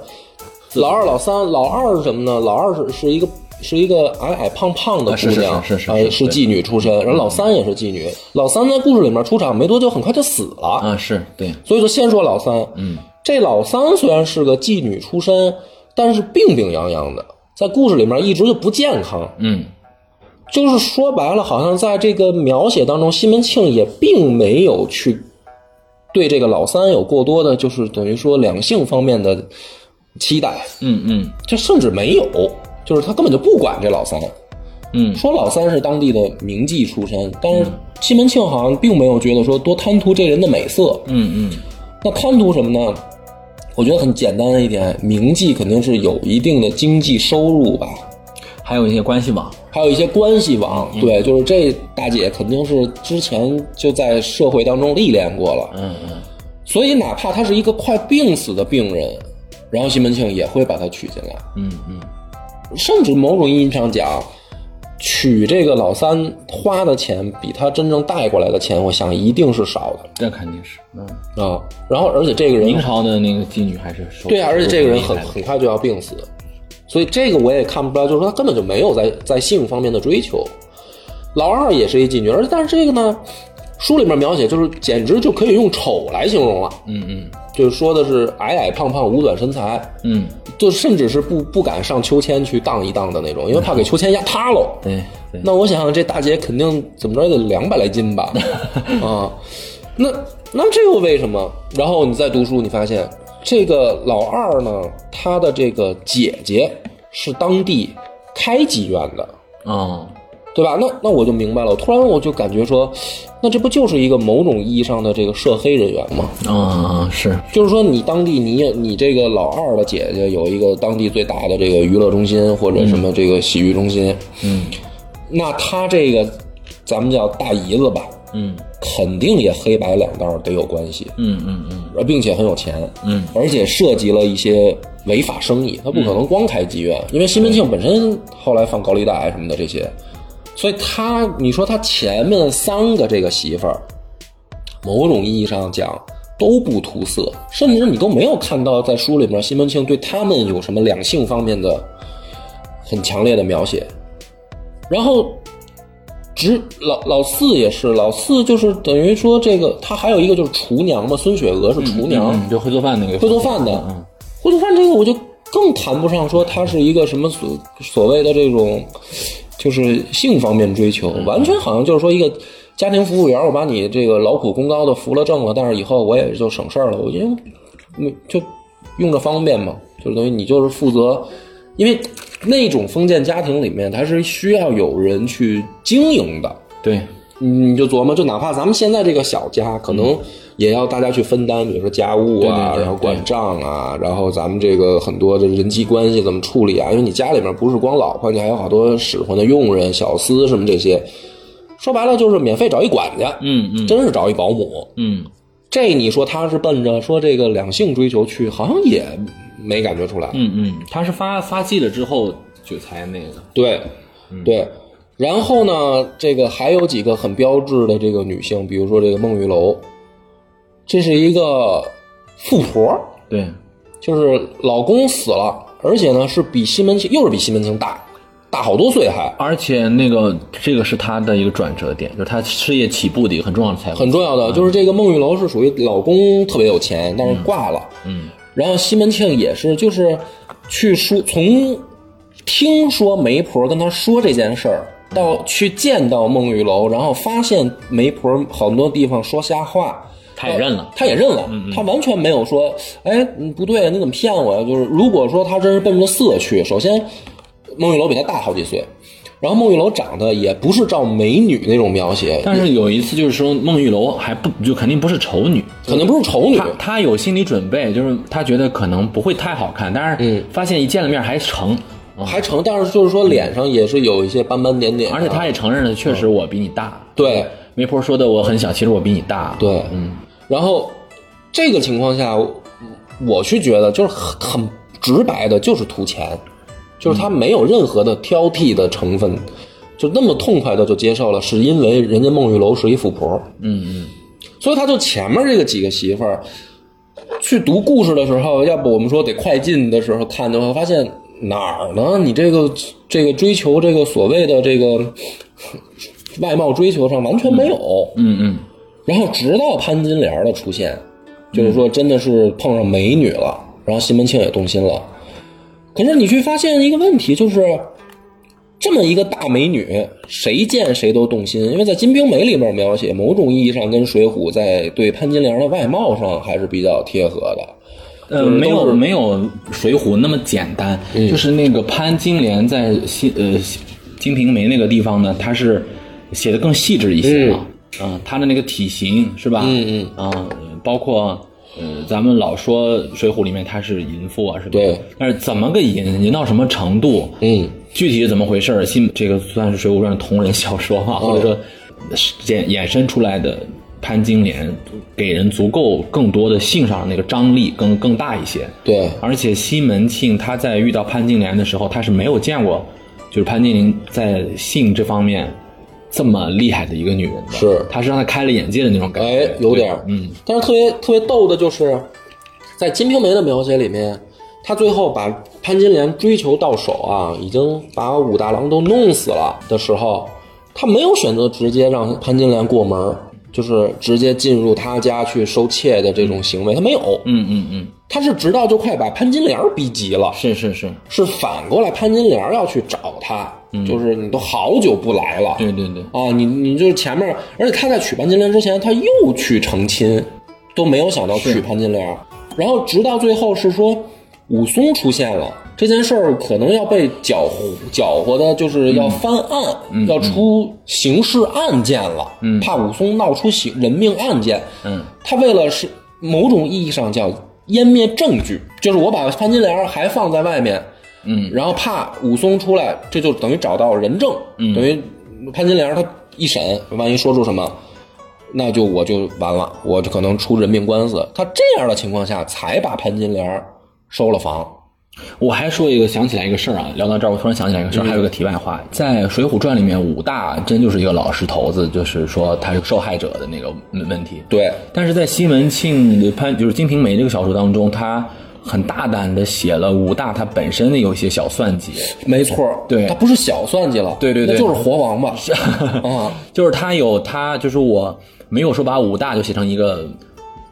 Speaker 1: 老二、老三，老二是什么呢？老二是是一个是一个矮矮胖胖的姑
Speaker 2: 啊是是
Speaker 1: 娘，
Speaker 2: 是是是
Speaker 1: 哎
Speaker 2: 是
Speaker 1: 是
Speaker 2: 对
Speaker 1: 妓女出身。然后老三也是妓女，老三在故事里面出场没多久，很快就死了。
Speaker 2: 啊，是对，
Speaker 1: 所以就先说老三，嗯，这老三虽然是个妓女出身，但是病病殃殃的，在故事里面一直就不健康。
Speaker 2: 嗯，
Speaker 1: 就是说白了，好像在这个描写当中，西门庆也并没有去对这个老三有过多的，就是等于说两性方面的期待，
Speaker 2: 嗯嗯
Speaker 1: 这甚至没有，就是他根本就不管这老三。
Speaker 2: 嗯，
Speaker 1: 说老三是当地的名妓出身，但是西门庆好像并没有觉得说多贪图这人的美色，
Speaker 2: 嗯嗯，
Speaker 1: 那贪图什么呢？我觉得很简单的一点，名妓肯定是有一定的经济收入吧，
Speaker 2: 还有一些关系网，
Speaker 1: 还有一些关系网。
Speaker 2: 嗯
Speaker 1: 对，就是这大姐肯定是之前就在社会当中历练过了，
Speaker 2: 嗯嗯，
Speaker 1: 所以哪怕她是一个快病死的病人，然后西门庆也会把她娶进来。
Speaker 2: 嗯嗯，
Speaker 1: 甚至某种意义上讲，娶这个老三花的钱比他真正带过来的钱，我想一定是少
Speaker 2: 这肯定是，嗯，
Speaker 1: 的啊。然后，而且这个人
Speaker 2: 明朝的那个妓女还是收
Speaker 1: 对啊，而且这个人很
Speaker 2: 收拾厉害的
Speaker 1: 很快就要病死，所以这个我也看不出来，就是说他根本就没有在在性方面的追求。老二也是一妓女，而但是这个呢，书里面描写就是简直就可以用丑来形容了，
Speaker 2: 嗯嗯
Speaker 1: 就是说的是矮矮胖胖、五短身材，
Speaker 2: 嗯，
Speaker 1: 就甚至是不不敢上秋千去荡一荡的那种，因为
Speaker 2: 嗯
Speaker 1: 怕给秋千压塌喽。
Speaker 2: 对对，
Speaker 1: 那我想想，这大姐肯定怎么着也得两百来斤吧？啊，那那这又为什么？然后你再读书，你发现这个老二呢，他的这个姐姐是当地开妓院的，
Speaker 2: 哦，
Speaker 1: 对吧？那那我就明白了，我突然我就感觉说，那这不就是一个某种意义上的这个涉黑人员吗？
Speaker 2: 嗯嗯是，
Speaker 1: 就是说，你当地你也你这个老二的姐姐有一个当地最大的这个娱乐中心或者什么这个洗浴中心，
Speaker 2: 嗯
Speaker 1: 那他这个咱们叫大姨子吧，
Speaker 2: 嗯
Speaker 1: 肯定也黑白两道得有关系，
Speaker 2: 嗯嗯嗯
Speaker 1: 而并且很有钱，
Speaker 2: 嗯，
Speaker 1: 而且涉及了一些违法生意，他不可能光开妓院，因为西门庆本身后来放高利贷什么的这些，所以他你说他前面三个这个媳妇儿，某种意义上讲。都不图色，甚至你都没有看到在书里面西门庆对他们有什么两性方面的很强烈的描写。然后只老老四也是，老四就是等于说这个，他还有一个就是厨娘嘛，孙雪娥是厨娘，
Speaker 2: 嗯，就会做饭那个
Speaker 1: 会做饭的。会做饭这个我就更谈不上说他是一个什么所所谓的这种，就是性方面追求，完全好像就是说一个。家庭服务员，我把你这个劳苦功高的服了挣了，但是以后我也就省事儿了，我因为嗯就用着方便嘛，就是等于你就是负责，因为那种封建家庭里面，它是需要有人去经营的，
Speaker 2: 对，
Speaker 1: 嗯你就琢磨，就哪怕咱们现在这个小家，可能也要大家去分担，比如说家务啊，
Speaker 2: 嗯对对对
Speaker 1: 然后管账啊，然后咱们这个很多的人际关系怎么处理啊？因为你家里面不是光老婆，你还有好多使唤的佣人、小厮什么这些。说白了就是免费找一管家，
Speaker 2: 嗯嗯
Speaker 1: 真是找一保姆。
Speaker 2: 嗯
Speaker 1: 这你说他是奔着说这个两性追求去，好像也没感觉出来。
Speaker 2: 嗯嗯，他是发发迹了之后就才那个，
Speaker 1: 对，对。然后呢，这个还有几个很标志的这个女性，比如说这个孟玉楼，这是一个富婆，
Speaker 2: 对，
Speaker 1: 就是老公死了，而且呢是比西门庆又是比西门庆大，大好多岁还，
Speaker 2: 而且那个这个是他的一个转折点，就是他事业起步的一个很重要的财富，
Speaker 1: 很重要
Speaker 2: 嗯
Speaker 1: 的就是这个孟玉楼是属于老公特别有钱，但是挂了，
Speaker 2: 嗯
Speaker 1: 然后西门庆也是，就是去说从听说媒婆跟他说这件事儿，到去见到孟玉楼，然后发现媒婆很多地方说瞎话，
Speaker 2: 他也认了
Speaker 1: 他也认了，
Speaker 2: 嗯
Speaker 1: 他完全没有说，哎，你不对，你怎么骗我呀？就是如果说他真是奔着色去，首先孟玉楼比他大好几岁，然后孟玉楼长得也不是照美女那种描写，
Speaker 2: 但是有一次就是说孟玉楼还不就肯定不是丑女，
Speaker 1: 可能不是丑女
Speaker 2: 他，他有心理准备，就是他觉得可能不会太好看，但是发现一见了面还成，嗯
Speaker 1: 还成，但是就是说脸上也是有一些斑斑点点啊，
Speaker 2: 而且他也承认了，确实我比你大。
Speaker 1: 对。
Speaker 2: 媒婆说的我很小，其实我比你大。
Speaker 1: 对，嗯，然后这个情况下，我我是觉得就是很很直白的，就是图钱，就是他没有任何的挑剔的成分，就那么痛快的就接受了，是因为人家孟玉楼是一富婆，嗯嗯，所以他就前面这个几个媳妇儿去读故事的时候，要不我们说得快进的时候看的话，发现哪儿呢？你这个这个追求这个所谓的这个外貌追求上完全没有，
Speaker 2: 嗯嗯，
Speaker 1: 然后直到潘金莲的出现，就是说真的是碰上美女了，然后西门庆也动心了。可是你去发现一个问题，就是这么一个大美女，谁见谁都动心，因为在《金瓶梅》里面描写，某种意义上跟《水浒》在对潘金莲的外貌上还是比较贴合的。
Speaker 2: 呃，没有没有《水浒》那么简单，就是那个潘金莲在西呃西《金瓶梅》那个地方呢，她是写的更细致一些了。嗯、她的那个体型是吧？
Speaker 1: 嗯
Speaker 2: 嗯。啊、包括呃，咱们老说《水浒》里面她是淫妇啊，是吧？
Speaker 1: 对。
Speaker 2: 但是怎么个淫，淫到什么程度？
Speaker 1: 嗯，
Speaker 2: 具体是怎么回事儿？新这个算是《水浒传》的同人小说哈、
Speaker 1: 哦
Speaker 2: 或者说衍衍生出来的潘金莲，给人足够更多的性上的那个张力更更大一些。
Speaker 1: 对，
Speaker 2: 而且西门庆他在遇到潘金莲的时候，他是没有见过，就是潘金莲在性这方面这么厉害的一个女人的，
Speaker 1: 是
Speaker 2: 他是让他开了眼界的那种感
Speaker 1: 哎
Speaker 2: 觉，，
Speaker 1: 有点儿
Speaker 2: 对嗯，
Speaker 1: 但是特别特别逗的就是，在《金瓶梅》的描写里面，他最后把潘金莲追求到手啊，已经把武大郎都弄死了的时候，他没有选择直接让潘金莲过门儿，就是直接进入他家去收妾的这种行为，他没有，
Speaker 2: 嗯嗯嗯，
Speaker 1: 他是直到就快把潘金莲逼急了，
Speaker 2: 是是是，
Speaker 1: 是反过来潘金莲要去找他，就是你都好久不来了，
Speaker 2: 嗯对对对，
Speaker 1: 啊，你你就是前面，而且他在娶潘金莲之前，他又去成亲，都没有想到娶潘金莲。然后直到最后是说武松出现了，这件事儿可能要被搅和搅和的，就是要翻案，要出刑事案件了，怕武松闹出刑人命案件。
Speaker 2: 嗯，
Speaker 1: 他为了是某种意义上叫湮灭证据，就是我把潘金莲还放在外面，
Speaker 2: 嗯，
Speaker 1: 然后怕武松出来，这就等于找到人证，嗯，等于潘金莲她一审，万一说出什么，那就我就完了，我就可能出人命官司。他这样的情况下，才把潘金莲收了房。
Speaker 2: 我还说一个，想起来一个事儿啊，聊到这儿，我突然想起来一个事儿，还有一个题外话，在《水浒传》里面，武大真就是一个老实头子，就是说他是受害者的那个问题。
Speaker 1: 对，
Speaker 2: 但是在西门庆的潘就是《金瓶梅》这个小说当中，他很大胆的写了武大他本身的有一些小算计，
Speaker 1: 没错，
Speaker 2: 对
Speaker 1: 他不是小算计了，
Speaker 2: 对对对
Speaker 1: 那就是活王 八啊，
Speaker 2: 就是他有他就是我没有说把武大就写成一个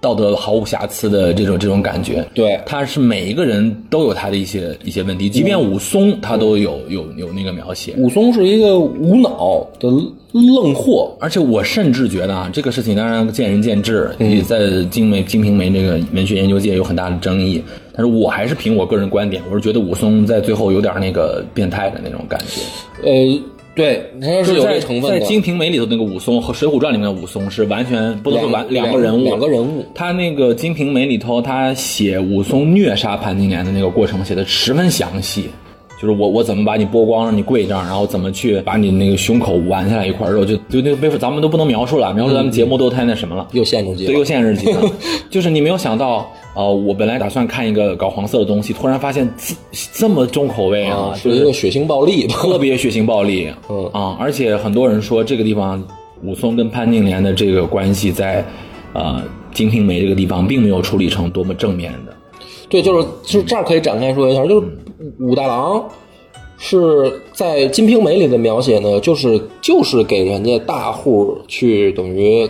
Speaker 2: 道德毫无瑕疵的这种这种感觉，
Speaker 1: 对
Speaker 2: 他是每一个人都有他的一些一些问题，即便武松他都有、有有那个描写。
Speaker 1: 武松是一个无脑的愣货，
Speaker 2: 而且我甚至觉得啊，这个事情当然见仁见智，也在金梅《金瓶梅》这个文学研究界有很大的争议。但是我还是凭我个人观点，我是觉得武松在最后有点那个变态的那种感觉，
Speaker 1: 呃，对，他是有
Speaker 2: 在
Speaker 1: 这成分
Speaker 2: 在《
Speaker 1: 的，
Speaker 2: 金瓶梅》里头那个武松和《水浒传》里面的武松是完全不能说完
Speaker 1: 两
Speaker 2: 个人物，
Speaker 1: 两个人物
Speaker 2: 他那个《金瓶梅》里头，他写武松虐杀潘金莲的那个过程写的十分详细，就是我我怎么把你剥光，让你跪这儿，然后怎么去把你那个胸口挽下来一块肉，就就那个被咱们都不能描述了，描述咱们节目都太那什么了。
Speaker 1: 又限制级
Speaker 2: 对，
Speaker 1: 了
Speaker 2: 又限制级了， 就是你没有想到，呃，我本来打算看一个搞黄色的东西，突然发现这这么重口味啊，
Speaker 1: 啊，
Speaker 2: 就是
Speaker 1: 一个血腥暴力吧？
Speaker 2: 特别血腥暴力，
Speaker 1: 嗯
Speaker 2: 啊，而且很多人说这个地方武松跟潘金莲的这个关系在，呃，《金瓶梅》这个地方并没有处理成多么正面的，
Speaker 1: 对，就是就是这儿可以展开说一下，就是武大郎是在《金瓶梅》里的描写呢，就是就是给人家大户去等于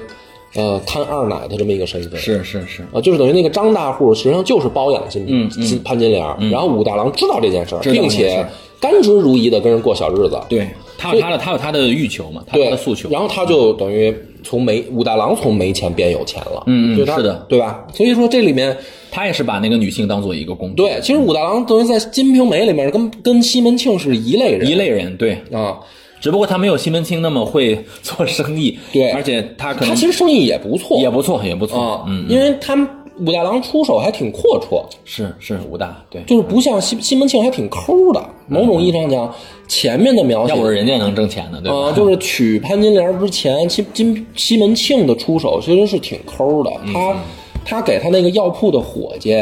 Speaker 1: 呃看二奶的这么一个身份。
Speaker 2: 是是是，
Speaker 1: 啊，就是等于那个张大户实际上就是包养金、金潘金莲，然后武大郎知道这件事儿，
Speaker 2: 嗯知道这
Speaker 1: 并
Speaker 2: 件事
Speaker 1: 且甘之如饴的跟人过小日子。
Speaker 2: 对他有他的他有他的欲求嘛，他有
Speaker 1: 对
Speaker 2: 他的诉求，
Speaker 1: 然后他就等于从没武大郎从没钱变有钱了。
Speaker 2: 嗯嗯
Speaker 1: 就他
Speaker 2: 是的
Speaker 1: 对吧？所以说这里面
Speaker 2: 他也是把那个女性当做一个工具，
Speaker 1: 对，其实武大郎等于在《金瓶梅》里面跟跟西门庆是一类人，
Speaker 2: 一类人，对，
Speaker 1: 啊，
Speaker 2: 只不过他没有西门庆那么会做生意，
Speaker 1: 对
Speaker 2: 而且他可
Speaker 1: 他
Speaker 2: 能
Speaker 1: 其实生意也不错，
Speaker 2: 也不错，也不错嗯
Speaker 1: 啊，，因为他们武大郎出手还挺阔绰，
Speaker 2: 是是武大，对，
Speaker 1: 就是不像西西门庆还挺抠的。某种意义上讲，前面的描写
Speaker 2: 要不是人家能挣钱呢，对
Speaker 1: 啊，
Speaker 2: 吧？
Speaker 1: 就是娶潘金莲之前，西金西门庆的出手其实是挺抠的。
Speaker 2: 嗯
Speaker 1: 他他给他那个药铺的伙计，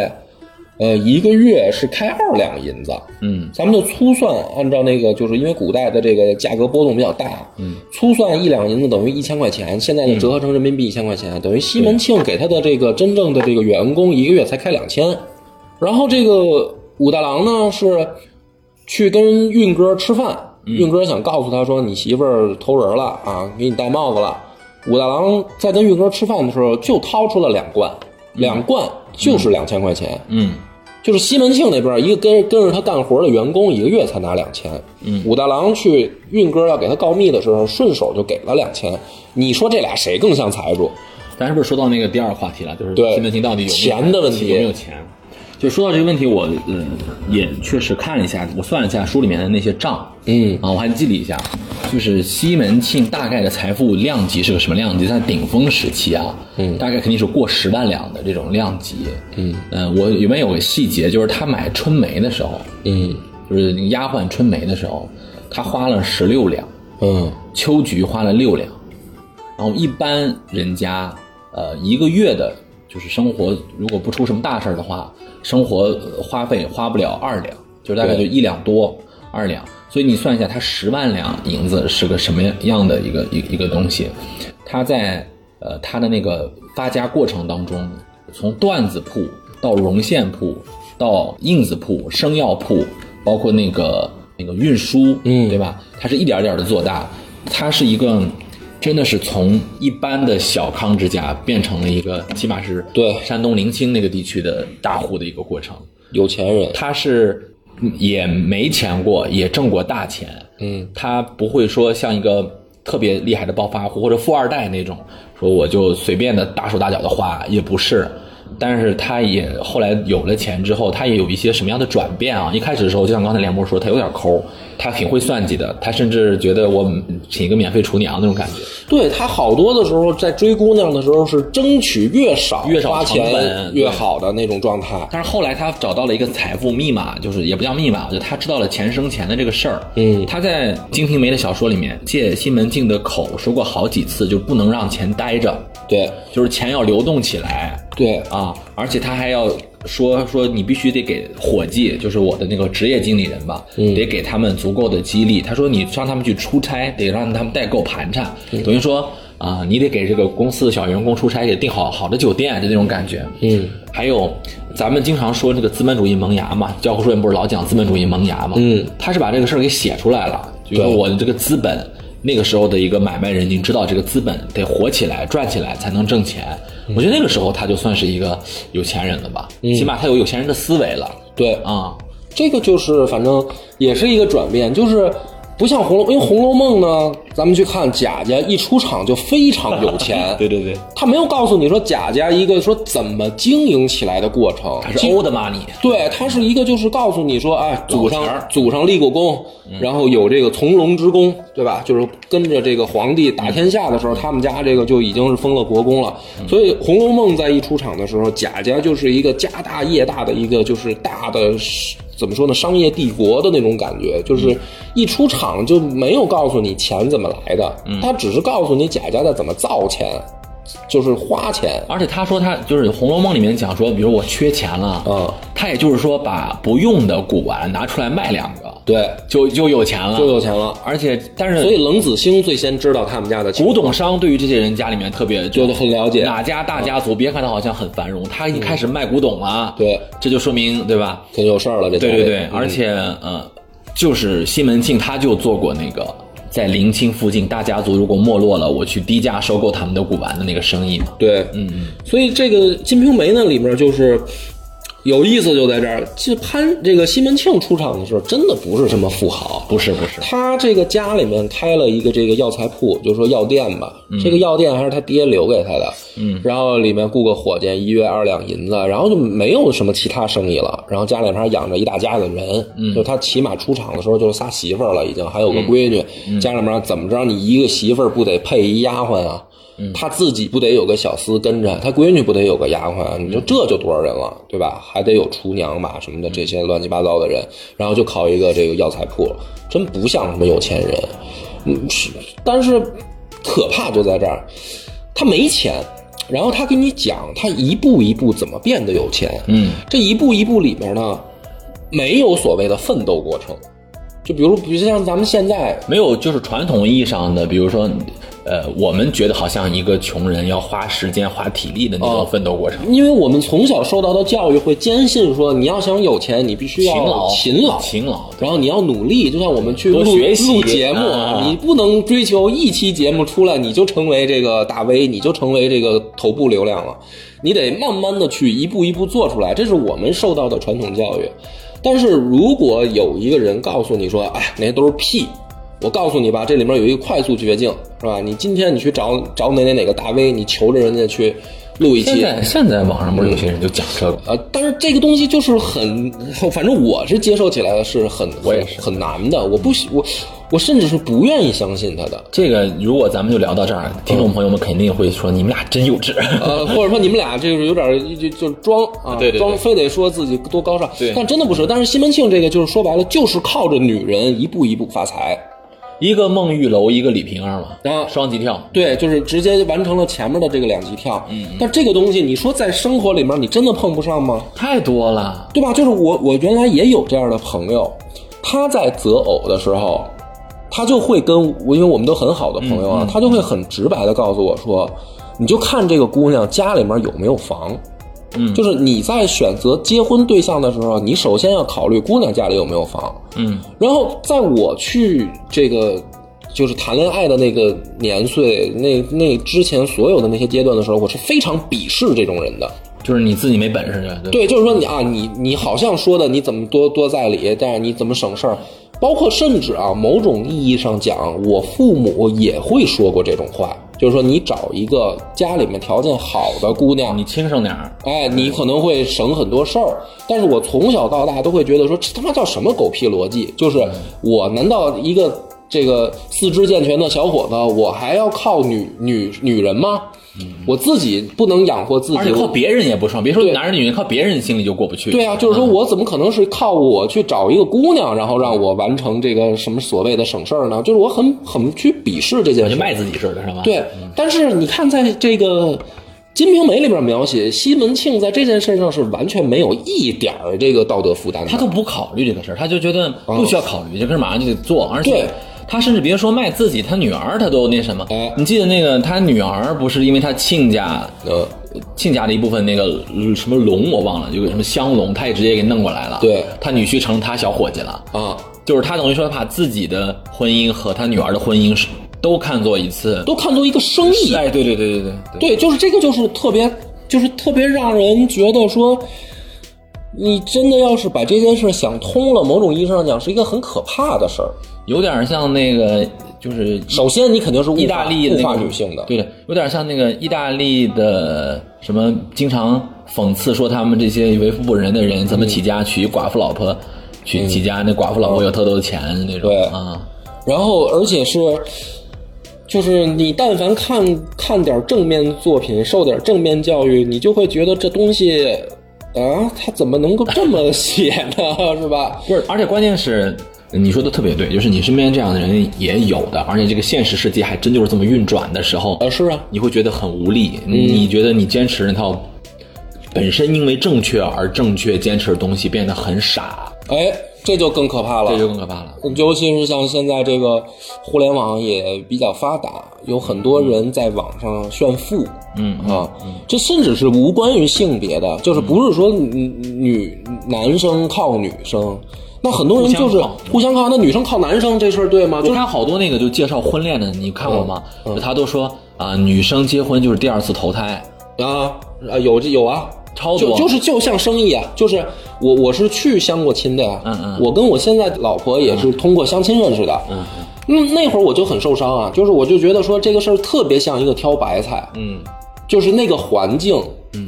Speaker 1: 呃，一个月是开二两银子。
Speaker 2: 嗯，
Speaker 1: 咱们就粗算，按照那个，就是因为古代的这个价格波动比较大，嗯，粗算一两银子等于一千块钱，现在就折合成人民币一千块钱，等于西门庆给他的这个真正的这个员工一个月才开两千，然后这个武大郎呢是去跟运哥吃饭，运哥想告诉他说你媳妇儿偷人了啊，给你戴帽子了。武大郎在跟运哥吃饭的时候，就掏出了两罐，两罐就是两千块钱。
Speaker 2: 嗯
Speaker 1: 就是西门庆那边一个跟跟着他干活的员工，一个月才拿两千。嗯，武大郎去运哥要给他告密的时候，顺手就给了两千。你说这俩谁更像财主？
Speaker 2: 咱是不是说到那个第二个话题了？就是
Speaker 1: 对
Speaker 2: 西门庆到底有没有
Speaker 1: 钱的问题
Speaker 2: 有没有钱？就说到这个问题，我嗯也确实看了一下，我算了一下书里面的那些账，
Speaker 1: 嗯
Speaker 2: 啊，我还记了一下，就是西门庆大概的财富量级是个什么量级？在顶峰时期啊，嗯，大概肯定是过十万两的这种量级，嗯，呃，我里面有个细节，就是他买春梅的时候，
Speaker 1: 嗯
Speaker 2: 就是那个丫鬟春梅的时候，他花了十六两，
Speaker 1: 嗯
Speaker 2: 秋菊花了六两，然后一般人家呃一个月的，就是生活如果不出什么大事儿的话，生活呃花费花不了二两，就大概就
Speaker 1: 对
Speaker 2: 一两多二两，所以你算一下，他十万两银子是个什么样的一个一一个东西？他在呃他的那个发家过程当中，从缎子铺到绒线铺到印子铺、生药铺，包括那个那个运输，
Speaker 1: 嗯
Speaker 2: 对吧？对吧？它是一点儿点的做大，它是一个真的是从一般的小康之家变成了一个起码是
Speaker 1: 对
Speaker 2: 山东临清那个地区的大户的一个过程。
Speaker 1: 有钱人。
Speaker 2: 他是也没钱过，也挣过大钱，嗯，他不会说像一个特别厉害的暴发户或者富二代那种，说我就随便的大手大脚的花，也不是。但是他也后来有了钱之后，他也有一些什么样的转变啊？一开始的时候，就像刚才梁博说，他有点抠，他挺会算计的，他甚至觉得我请一个免费厨娘那种感觉。
Speaker 1: 对他好多的时候，在追姑娘的时候是争取越少
Speaker 2: 越少
Speaker 1: 花
Speaker 2: 成
Speaker 1: 钱
Speaker 2: 本
Speaker 1: 越
Speaker 2: 对
Speaker 1: 好的那种状态。
Speaker 2: 但是后来他找到了一个财富密码，就是也不叫密码，我觉得他知道了钱生钱的这个事儿。
Speaker 1: 嗯
Speaker 2: 他在金瓶梅的小说里面借西门庆的口说过好几次，就不能让钱呆着，
Speaker 1: 对
Speaker 2: 就是钱要流动起来
Speaker 1: 对，
Speaker 2: 啊！而且他还要说说你必须得给伙计，就是我的那个职业经理人吧，
Speaker 1: 嗯
Speaker 2: 得给他们足够的激励。他说你让他们去出差，得让他们代购盘缠，
Speaker 1: 嗯
Speaker 2: 等于说。啊，你得给这个公司的小员工出差也订好好的酒店，就那种感觉。
Speaker 1: 嗯，
Speaker 2: 还有，咱们经常说这个资本主义萌芽嘛，教科书里面不是老讲资本主义萌芽嘛？
Speaker 1: 嗯，
Speaker 2: 他是把这个事儿给写出来了，就是
Speaker 1: 对
Speaker 2: 我的这个资本，那个时候的一个买卖人已经知道这个资本得活起来、赚起来才能挣钱。
Speaker 1: 嗯
Speaker 2: 我觉得那个时候他就算是一个有钱人了吧，起码他有有钱人的思维了
Speaker 1: 对
Speaker 2: 啊。，
Speaker 1: 这个就是反正也是一个转变，就是不像《红楼》，因为《红楼梦》呢，咱们去看贾家一出场就非常有钱
Speaker 2: 对对对，
Speaker 1: 他没有告诉你说贾家一个说怎么经营起来的过程，
Speaker 2: 他是欧的 money，
Speaker 1: 对，他是一个就是告诉你说，哎，祖上
Speaker 2: 老钱儿嗯
Speaker 1: 祖上立过功，然后有这个从龙之功，对吧？就是跟着这个皇帝打天下的时候，他们家这个就已经是封了国公了。所
Speaker 2: 嗯
Speaker 1: 以《红楼梦》在一出场的时候，贾家就是一个家大业大的一个就是大的怎么说呢，商业帝国的那种感觉，就是一出场就没有告诉你钱怎么来的，
Speaker 2: 嗯
Speaker 1: 他只是告诉你贾家在怎么造钱，就是花钱。
Speaker 2: 而且他说他就是《红楼梦》里面讲说，比如我缺钱了，
Speaker 1: 嗯，
Speaker 2: 他也就是说把不用的古玩拿出来卖两个，
Speaker 1: 对，
Speaker 2: 就就有钱了，
Speaker 1: 就有钱了。
Speaker 2: 而且，但是
Speaker 1: 所以冷子兴最先知道他们家的情
Speaker 2: 古
Speaker 1: 况
Speaker 2: 董商对于这些人家里面特别
Speaker 1: 就是很了解嗯
Speaker 2: 哪家大家族，别看他好像很繁荣，他已经开始卖古董了，
Speaker 1: 对，
Speaker 2: 这就说明对吧？
Speaker 1: 肯定有事儿了，这嗯
Speaker 2: 对
Speaker 1: 家
Speaker 2: 对
Speaker 1: 里
Speaker 2: 对，而且呃，就是西门庆他就做过那个。在临清附近，大家族如果没落了，我去低价收购他们的古玩的那个生意嘛。
Speaker 1: 对，嗯嗯，所以这个《金瓶梅》呢里面就是有意思就在这儿，这潘这个西门庆出场的时候，真的不是什么富豪，
Speaker 2: 不是不是，
Speaker 1: 他这个家里面开了一个这个药材铺，就说药店吧，这个药店还是他爹留给他的，嗯，然后里面雇个伙计，一月二两银子，然后就没有什么其他生意了，然后家里面还养着一大家子人，嗯，就他起码出场的时候就是仨媳妇儿了，已经还有个闺女，家里面怎么着你一个媳妇儿不得配一丫鬟啊？他自己不得有个小厮跟着，他闺女不得有个丫鬟啊？你说这就多少人了，对吧？还得有厨娘吧什么的，这些乱七八糟的人，然后就靠一个这个药材铺，真不像什么有钱人。嗯，是，但是可怕就在这儿，他没钱，然后他跟你讲他一步一步怎么变得有钱。
Speaker 2: 嗯，
Speaker 1: 这一步一步里面呢，没有所谓的奋斗过程。就比如，比如像咱们现在
Speaker 2: 没有就是传统意义上的，比如说，呃，我们觉得好像一个穷人要花时间、花体力的那
Speaker 1: 哦
Speaker 2: 种奋斗过程。
Speaker 1: 因为我们从小受到的教育会坚信说，你要想有钱，你必须要
Speaker 2: 勤劳，
Speaker 1: 勤劳，
Speaker 2: 勤劳。
Speaker 1: 然后你要努力，就像我们去录
Speaker 2: 多学习
Speaker 1: 录节目，
Speaker 2: 啊
Speaker 1: 你不能追求一期节目出来你就成为这个大 V，你就成为这个头部流量了，你得慢慢的去一步一步做出来，这是我们受到的传统教育。但是如果有一个人告诉你说，哎，那些都是屁。我告诉你吧，这里面有一个快速捷径，是吧？你今天你去找找哪哪哪个大 V，你求着人家去录一期，
Speaker 2: 现在现在网上不是有些人就讲这个，
Speaker 1: 呃，但是这个东西就是很，反正我是接受起来的是很，
Speaker 2: 我也
Speaker 1: 很
Speaker 2: 是
Speaker 1: 很难的。我不喜，我我甚至是不愿意相信他的。
Speaker 2: 这个如果咱们就聊到这儿，听
Speaker 1: 嗯
Speaker 2: 众朋友们肯定会说你们俩真幼稚。
Speaker 1: 呃，或者说你们俩这个有点儿就就装啊，
Speaker 2: 对对对
Speaker 1: 装非得说自己多高尚，
Speaker 2: 对
Speaker 1: 但真的不是。但是西门庆这个就是说白了，就是靠着女人一步一步发财，
Speaker 2: 一个孟玉楼，一个李瓶儿嘛，
Speaker 1: 啊
Speaker 2: 双级跳。
Speaker 1: 对，就是直接完成了前面的这个两级跳。嗯，但这个东西你说在生活里面你真的碰不上吗？
Speaker 2: 太多了，
Speaker 1: 对吧？就是我，我原来也有这样的朋友，他在择偶的时候，他就会跟我，因为我们都很好的朋友啊，他就会很直白的告诉我说，你就看这个姑娘家里面有没有房。嗯，就是你在选择结婚对象的时候，你首先要考虑姑娘家里有没有房。
Speaker 2: 嗯，
Speaker 1: 然后在我去这个就是谈恋爱的那个年岁，那那之前所有的那些阶段的时候，我是非常鄙视这种人的。
Speaker 2: 就是你自己没本事对吧？
Speaker 1: 对，就是说你啊，你你好像说的你怎么多多在理，但是你怎么省事儿，包括甚至啊，某种意义上讲，我父母也会说过这种话，就是说你找一个家里面条件好的姑娘，
Speaker 2: 你轻省点儿。
Speaker 1: 哎，你可能会省很多事儿，但是我从小到大都会觉得说，这他妈叫什么狗屁逻辑？就是
Speaker 2: 嗯
Speaker 1: 我难道一个这个四肢健全的小伙子，我还要靠女女女人吗？我自己不能养活自己，
Speaker 2: 嗯而且靠
Speaker 1: 我
Speaker 2: 别人也不爽，别说
Speaker 1: 对
Speaker 2: 男人女人，靠别人心里就过不去。
Speaker 1: 对啊，就是说我怎么可能是靠我去找一个姑娘，然后让我完成这个什么所谓的省事儿呢？就是我很很去鄙视这件
Speaker 2: 就
Speaker 1: 事。
Speaker 2: 卖自嗯己似的，是吧？
Speaker 1: 对，但是你看，在这个《金瓶梅》里面描写西门庆在这件事上是完全没有一点儿这个道德负担的。
Speaker 2: 他都不考虑这个事儿，他就觉得不需要考虑，这个事儿马上就得做，而
Speaker 1: 哦对
Speaker 2: 且。他甚至别说卖自己，他女儿他都那什么
Speaker 1: 哎。
Speaker 2: 你记得那个他女儿不是因为他亲家，
Speaker 1: 呃，
Speaker 2: 亲家的一部分那个呃什么龙我忘了，有个什么香龙，他也直接给弄过来了。
Speaker 1: 对
Speaker 2: 他女婿成他小伙计了。
Speaker 1: 啊，
Speaker 2: 就是他等于说把自己的婚姻和他女儿的婚姻是都看作一次。
Speaker 1: 都看作一个生意。
Speaker 2: 哎，对对对对对对。
Speaker 1: 对，就是这个，就是特别，就是特别让人觉得说，你真的要是把这件事想通了，某种意义上讲是一个很可怕的事儿。
Speaker 2: 有点像那个就是
Speaker 1: 首先，你肯定是物化
Speaker 2: 意大利的
Speaker 1: 物
Speaker 2: 那
Speaker 1: 化
Speaker 2: 个
Speaker 1: 女性的，
Speaker 2: 对的，有点像那个意大利的什么，经常讽刺说他们这些为富不仁的人怎么
Speaker 1: 嗯
Speaker 2: 起家娶寡妇老婆，娶起家那寡妇老婆有特多的钱那种
Speaker 1: 哦对
Speaker 2: 啊，
Speaker 1: 然后而且是，就是你但凡看看点正面作品，受点正面教育，你就会觉得这东西啊，它怎么能够这么写呢？ 是吧？
Speaker 2: 不是，而且关键是。你说的特别对，就是你身边这样的人也有的，而且这个现实世界还真就是这么运转的时候，
Speaker 1: 啊，是啊，
Speaker 2: 你会觉得很无力，你觉得你坚持那套本身因为正确而正确坚持的东西变得很傻，
Speaker 1: 哎，这就更可怕了。
Speaker 2: 这就更可怕了。
Speaker 1: 尤其是像现在这个互联网也比较发达，有很多人在网上炫富，嗯啊，这甚至是无关于性别的，就是不是说女女男生靠女生，那很多人就是
Speaker 2: 互相靠
Speaker 1: 互相靠，那女生靠男生这事儿对吗？就
Speaker 2: 就是看好多那个就介绍婚恋的，你看过吗？就他都说啊、女生结婚就是第二次投胎，
Speaker 1: 啊啊有这有啊。
Speaker 2: 超
Speaker 1: 就
Speaker 2: 多
Speaker 1: 就是就像生意啊，就是我我是去相过亲的呀、啊
Speaker 2: 嗯嗯
Speaker 1: 我跟我现在老婆也是通过相亲认识的，嗯嗯，那会儿我就很受伤啊，就是我就觉得说这个事儿特别像一个挑白菜，
Speaker 2: 嗯，
Speaker 1: 就是那个环境、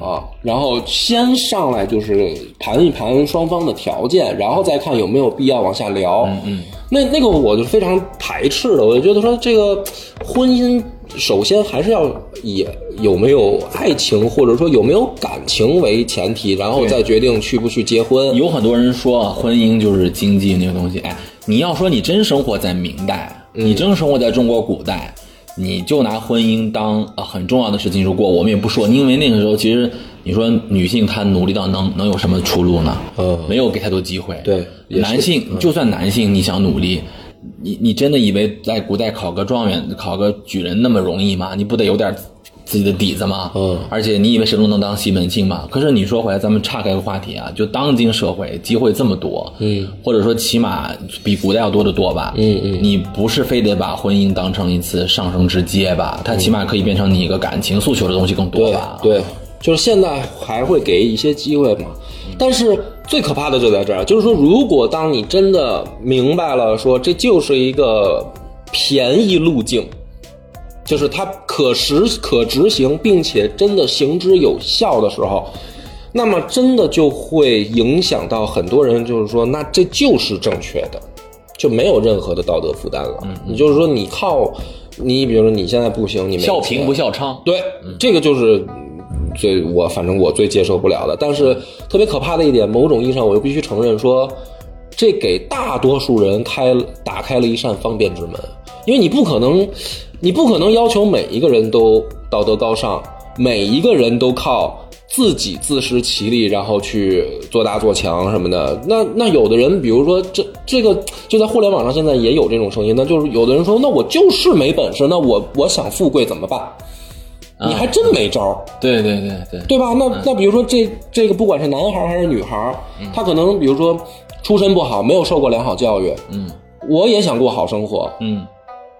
Speaker 1: 啊，然后先上来就是盘一盘双方的条件，然后再看有没有必要往下聊。嗯，那那个我就非常排斥的，我就觉得说这个婚姻首先还是要以有没有爱情或者说有没有感情为前提，然后再决定去不去结婚。
Speaker 2: 有很多人说啊婚姻就是经济那个东西。哎，你要说你真生活在明代，你真生活在中国古代，你就拿婚姻当、呃很重要的事情如果我们也不说，因为那个时候其实你说女性她努力到能能有什么出路呢？
Speaker 1: 嗯
Speaker 2: 没有给太多机会。
Speaker 1: 对也是
Speaker 2: 嗯男性就算男性你想努力。你你真的以为在古代考个状元、考个举人那么容易吗？你不得有点自己的底子吗？
Speaker 1: 嗯
Speaker 2: 而且你以为谁都能当西门庆吗？可是你说回来，咱们岔开个话题啊，就当今社会机会这么多，嗯，或者说起码比古代要多得多吧，嗯嗯，你不是非得把婚姻当成一次上升之阶吧？它起码可以变成你一个感情诉求的东西更多
Speaker 1: 对
Speaker 2: 吧？啊
Speaker 1: 对，就是现在还会给一些机会嘛。但是最可怕的就在这儿，就是说，如果当你真的明白了，说这就是一个便宜路径，就是它可实可执行，并且真的行之有效的时候，那么真的就会影响到很多人，就是说，那这就是正确的，就没有任何的道德负担了。嗯，你就是说，你靠你，比如说你现在不行，你没
Speaker 2: 笑
Speaker 1: 钱
Speaker 2: 贫不笑娼，
Speaker 1: 对，这个就是最我反正我最接受不了的。但是特别可怕的一点，某种意义上我又必须承认说，这给大多数人开了打开了一扇方便之门，因为你不可能，你不可能要求每一个人都道德高尚，每一个人都靠。自己自食其力，然后去做大做强什么的。那那有的人，比如说这这个就在互联网上现在也有这种声音，那就是有的人说，那我就是没本事，那我我想富贵怎么办？你还真没招儿，
Speaker 2: 对对对对，
Speaker 1: 对吧？那
Speaker 2: 嗯
Speaker 1: 那比如说这这个，不管是男孩儿还是女孩儿，他可能比如说出身不好，没有受过良好教育，
Speaker 2: 嗯
Speaker 1: 我也想过好生活，
Speaker 2: 嗯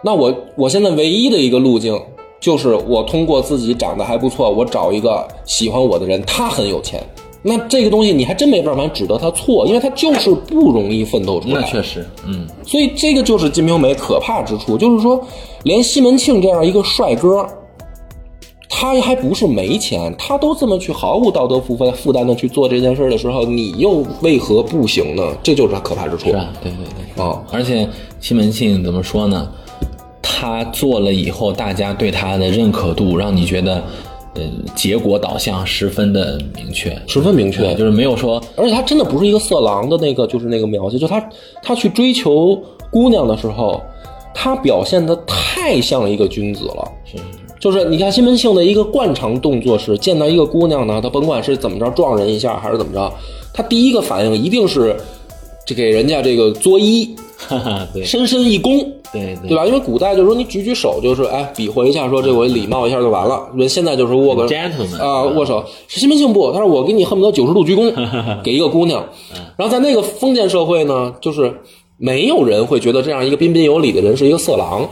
Speaker 1: 那我我现在唯一的一个路径就是我通过自己长得还不错，我找一个喜欢我的人，他很有钱。那这个东西你还真没办法指责他错，因为他就是不容易奋斗出来。
Speaker 2: 那确实，嗯
Speaker 1: 所以这个就是《金瓶梅》可怕之处，就是说，连西门庆这样一个帅哥，他还不是没钱，他都这么去毫无道德负担负担的去做这件事儿的时候，你又为何不行呢？这就是他可怕之处
Speaker 2: 是啊，对对对。
Speaker 1: 啊！
Speaker 2: 而且西门庆怎么说呢？他做了以后，大家对他的认可度，让你觉得，呃，结果导向十分的明确，
Speaker 1: 十分明确
Speaker 2: 对，就是没有说
Speaker 1: 而且他真的不是一个色狼的那个，就是那个描写，就他他去追求姑娘的时候，他表现的太像一个君子了。
Speaker 2: 是是是
Speaker 1: 就是你看西门庆的一个惯常动作是，见到一个姑娘呢，他甭管是怎么着撞人一下还是怎么着，他第一个反应一定是这给人家这个作揖，
Speaker 2: 哈哈，对
Speaker 1: 深深一躬，
Speaker 2: 对对
Speaker 1: 对吧？因为古代就是说你举举手，就是哎比划一下，说这我礼貌一下就完了。人现在就是握个
Speaker 2: Gentleman
Speaker 1: 啊、握手。西门庆不，他说我给你恨不得九十度鞠躬，给一个姑娘。然后在那个封建社会呢，就是没有人会觉得这样一个彬彬有礼的人是一个色狼。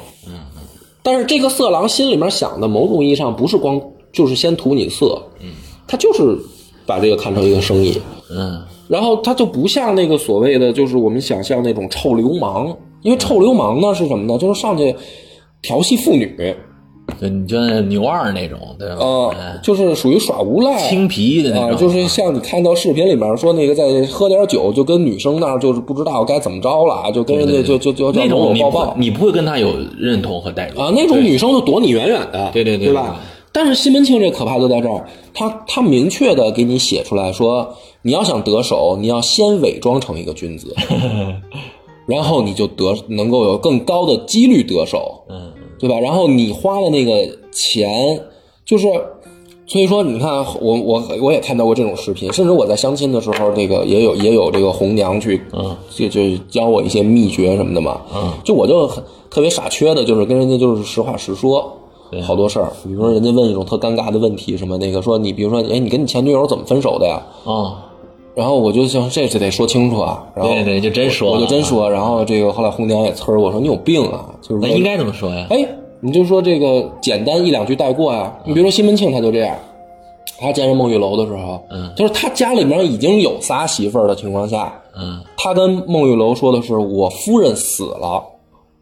Speaker 1: 但是这个色狼心里面想的，某种意义上不是光就是先图你色，嗯，他就是把这个看成一个生意，
Speaker 2: 嗯，
Speaker 1: 然后他就不像那个所谓的，就是我们想象那种臭流氓，因为臭流氓呢是什么呢？就是上去调戏妇女，
Speaker 2: 就你就那牛二那种，对吧？
Speaker 1: 呃
Speaker 2: 嗯，
Speaker 1: 就是属于耍无赖。
Speaker 2: 青皮的
Speaker 1: 啊、
Speaker 2: 那种，
Speaker 1: 就是像你看到视频里面说那个，在喝点酒就跟女生那儿就是不知道该怎么着了，就跟人家就就就就
Speaker 2: 那
Speaker 1: 要
Speaker 2: 种
Speaker 1: 搂
Speaker 2: 你
Speaker 1: 搂抱
Speaker 2: 不
Speaker 1: 抱
Speaker 2: 你不会跟他有认同和代入
Speaker 1: 啊，那种女生就躲你远远的，
Speaker 2: 对对对
Speaker 1: 对，吧？但是西门庆这可怕就在这儿，他他明确的给你写出来说，你要想得手，你要先伪装成一个君子，然后你就得能够有更高的几率得手，
Speaker 2: 嗯，
Speaker 1: 对吧？然后你花的那个钱，就是，所以说你看，我我我也看到过这种视频，甚至我在相亲的时候，这个也有也有这个红娘去，嗯，就就教我一些秘诀什么的嘛，嗯，就我就很特别傻缺的，就是跟人家就是实话实说。好多事儿，比如说人家问一种特尴尬的问题，什么那个说你，比如说，哎，你跟你前女友怎么分手的呀？
Speaker 2: 哦，
Speaker 1: 然后我就想，这就得说清楚啊。然后
Speaker 2: 对对，就真说，啊
Speaker 1: 我就真，说，然后这个后来红娘也呲儿我说你有病啊，就是
Speaker 2: 那
Speaker 1: 说
Speaker 2: 应该怎么说呀？
Speaker 1: 哎，你就说这个简单一两句带过啊。你比如说西门庆他就这样，他见着孟玉楼的时候，
Speaker 2: 嗯，
Speaker 1: 就是他家里面已经有仨媳妇儿的情况下，
Speaker 2: 嗯，
Speaker 1: 他跟孟玉楼说的是我夫人死了。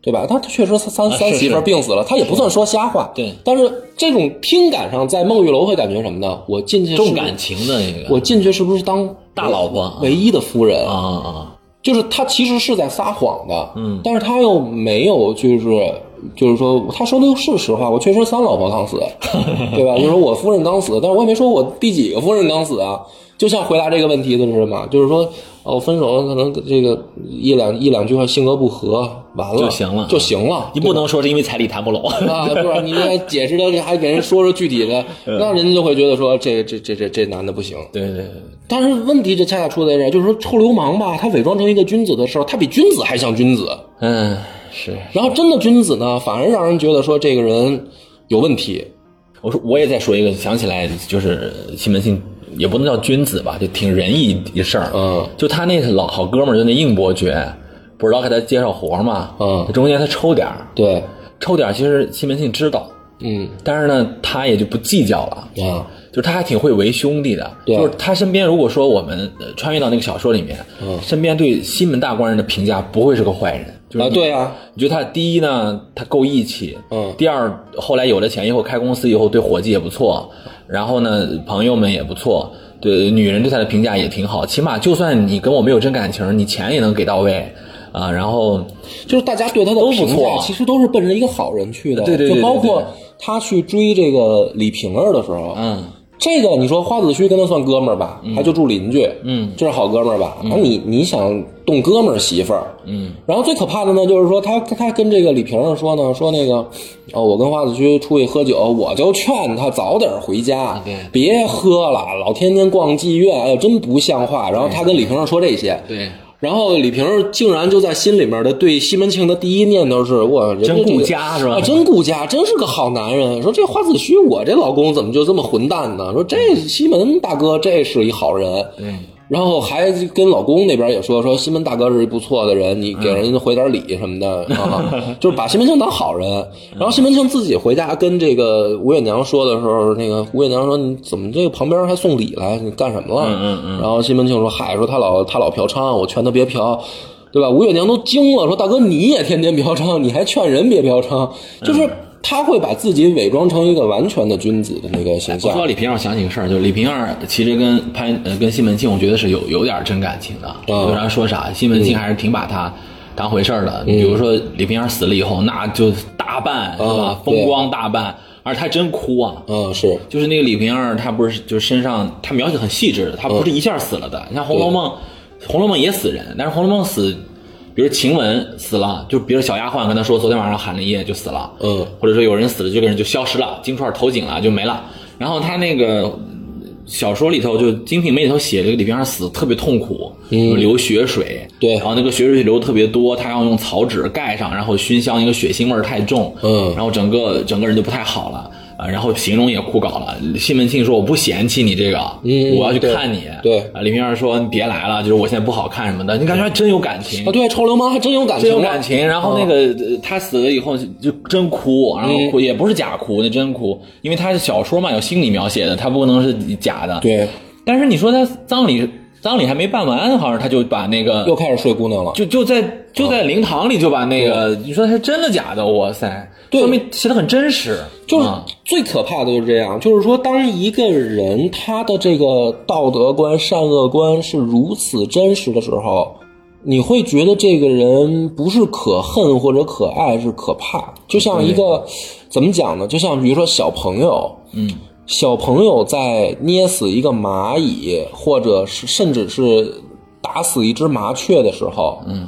Speaker 1: 对吧？他他确实三
Speaker 2: 啊
Speaker 1: 三
Speaker 2: 是
Speaker 1: 媳妇儿
Speaker 2: 是
Speaker 1: 病死了，他也不算说瞎话。
Speaker 2: 对
Speaker 1: 但是这种听感上，在孟玉楼会感觉什么呢？我进去是不
Speaker 2: 重
Speaker 1: 是
Speaker 2: 感，情的那个，
Speaker 1: 我进去是不是当
Speaker 2: 大老婆
Speaker 1: 唯一的夫人
Speaker 2: 啊啊啊，
Speaker 1: 就是他其实是在撒谎的，
Speaker 2: 嗯
Speaker 1: 但是他又没有，就是就是说，他说的是实话，我确实三老婆 刚死，对吧？就是说我夫人刚死，但是我也没说我第几个夫人刚死啊。就像回答这个问题的是什么，就是说，哦，分手了，可能这个一两一两句话性格不合，完了
Speaker 2: 就行了嗯
Speaker 1: 就行了，
Speaker 2: 你不能说是因为彩礼谈不拢，
Speaker 1: 啊，对吧？你应该解释的，还给人说说具体的，
Speaker 2: 嗯
Speaker 1: 那人家就会觉得说这这这这这男的不行，
Speaker 2: 对对对。
Speaker 1: 但是问题就恰恰出在这儿，就是说臭流氓吧，他伪装成一个君子的时候，他比君子还像君子。
Speaker 2: 嗯，是，
Speaker 1: 然后真的君子呢，反而让人觉得说这个人有问题。
Speaker 2: 我说我也再说一个，想起来就是西门庆，也不能叫君子吧，就挺仁义一事儿。
Speaker 1: 嗯，
Speaker 2: 就他那老好哥们儿，就那应伯爵，不是老给他介绍活儿嘛？
Speaker 1: 嗯
Speaker 2: 中间他抽点儿，
Speaker 1: 对，啊
Speaker 2: 抽点儿，其实西门庆知道，
Speaker 1: 嗯
Speaker 2: 但是呢，他也就不计较了。
Speaker 1: 啊，
Speaker 2: 就是他还挺会为兄弟的，
Speaker 1: 对
Speaker 2: 就是他身边如果说我们呃穿越到那个小说里面，
Speaker 1: 嗯
Speaker 2: 身边对西门大官人的评价不会是个坏人，就是
Speaker 1: 啊
Speaker 2: 你
Speaker 1: 对啊，
Speaker 2: 你觉得他第一呢，他够义气，
Speaker 1: 嗯
Speaker 2: 第二后来有了钱以后开公司以后对伙计也不错，然后呢朋友们也不错，对女人对他的评价也挺好，起码就算你跟我没有真感情，你钱也能给到位啊，然后
Speaker 1: 就是大家对他的
Speaker 2: 都不
Speaker 1: 评
Speaker 2: 错
Speaker 1: 价，其实都是奔着一个好人去的。
Speaker 2: 对对对对
Speaker 1: 就包
Speaker 2: 对
Speaker 1: 括
Speaker 2: 对
Speaker 1: 他去追这个李瓶儿的时候，
Speaker 2: 嗯
Speaker 1: 这个你说花子虚跟他算哥们儿吧，他就住邻居，
Speaker 2: 嗯，
Speaker 1: 这是好哥们儿吧？那你你想动哥们儿媳妇儿，
Speaker 2: 嗯，
Speaker 1: 然后最可怕的呢，就是说他他跟这个李瓶儿说呢，说那个哦，我跟花子虚出去喝酒，我就劝他早点回家，
Speaker 2: 对
Speaker 1: 别喝了，老天天逛妓院，哎呦，真不像话。然后他跟李瓶儿说这些，
Speaker 2: 对。
Speaker 1: 然后李瓶儿竟然就在心里面的对西门庆的第一念头是：哇，人家
Speaker 2: 真
Speaker 1: 这个
Speaker 2: 顾家是吧
Speaker 1: 啊，真顾家，真是个好男人。说这花子虚，我这老公怎么就这么混蛋呢？说这西门大哥，这是一好人。
Speaker 2: 对
Speaker 1: 然后还跟老公那边也说说西门大哥是一不错的人，你给人家回点礼什么的、 啊，就是把西门庆当好人。然后西门庆自己回家跟这个吴月娘说的时候，那个吴月娘说你怎么这个旁边还送礼来？你干什么了？
Speaker 2: 嗯嗯嗯
Speaker 1: 然后西门庆说嗨，说他老他老嫖娼，我劝他别嫖。对吧？吴月娘都惊了，说：“大哥，你也天天嫖娼，你还劝人别嫖娼？就是
Speaker 2: 嗯
Speaker 1: 他会把自己伪装成一个完全的君子的那个形
Speaker 2: 啊说
Speaker 1: 象
Speaker 2: 到。李瓶儿，我想起个事儿，就是李瓶儿其实跟潘呃跟西门庆，我觉得是有有点真感情的。
Speaker 1: 嗯
Speaker 2: 有人说啥，西门庆还是挺把他当回事儿
Speaker 1: 嗯
Speaker 2: 的。比如说李瓶儿死了以后，那就大办是吧
Speaker 1: 嗯？
Speaker 2: 风光大办，而他真哭啊。
Speaker 1: 嗯，是
Speaker 2: 就是那个李瓶儿，她不是就是身上，她描写很细致的，她不
Speaker 1: 嗯
Speaker 2: 是一下死了的。你像《红楼梦》，《红楼梦》也死人，但是《红楼梦》死，比如晴雯死了，就比如小丫鬟跟她说昨天晚上喊了一夜就死了，
Speaker 1: 嗯
Speaker 2: 或者说有人死了，这个人就消失了，金钏儿投井了就没了。然后她那个小说里头，就《金瓶梅》里头写这个李瓶儿死得特别痛苦，流血水，
Speaker 1: 嗯对
Speaker 2: 然后那个血水流得特别多，她要用草纸盖上，然后熏香，因为血腥味儿太重，
Speaker 1: 嗯
Speaker 2: 然后整个整个人就不太好了。啊，然后形容也酷搞了。西门庆说：“我不嫌弃你这个，
Speaker 1: 嗯
Speaker 2: 我要去
Speaker 1: 对
Speaker 2: 看你。”
Speaker 1: 对
Speaker 2: 啊，李瓶儿说：“你别来了，就是我现在不好看什么的。”你感觉还真有感情，
Speaker 1: 啊，对，臭流氓还真有感情
Speaker 2: 真
Speaker 1: 啊，
Speaker 2: 有感情。然后那个、呃他死了以后就真哭，然后
Speaker 1: 嗯
Speaker 2: 哭、也不是假哭，那真哭，因为他是小说嘛，有心理描写的，他不能是假的。，
Speaker 1: 对，
Speaker 2: 但是你说他葬礼葬礼还没办完，好像他就把那个
Speaker 1: 又开始睡姑娘了。
Speaker 2: 就就在就在灵堂里就把那个，你说他是真的假的？哇塞，
Speaker 1: 对
Speaker 2: 说明写的很真实，
Speaker 1: 就是
Speaker 2: 啊
Speaker 1: 最可怕的就是这样，就是说，当一个人他的这个道德观、善恶观是如此真实的时候，你会觉得这个人不是可恨或者可爱，是可怕。就像一个怎么讲呢？就像比如说小朋友，嗯，小朋友在捏死一个蚂蚁，或者是甚至是打死一只麻雀的时候，嗯，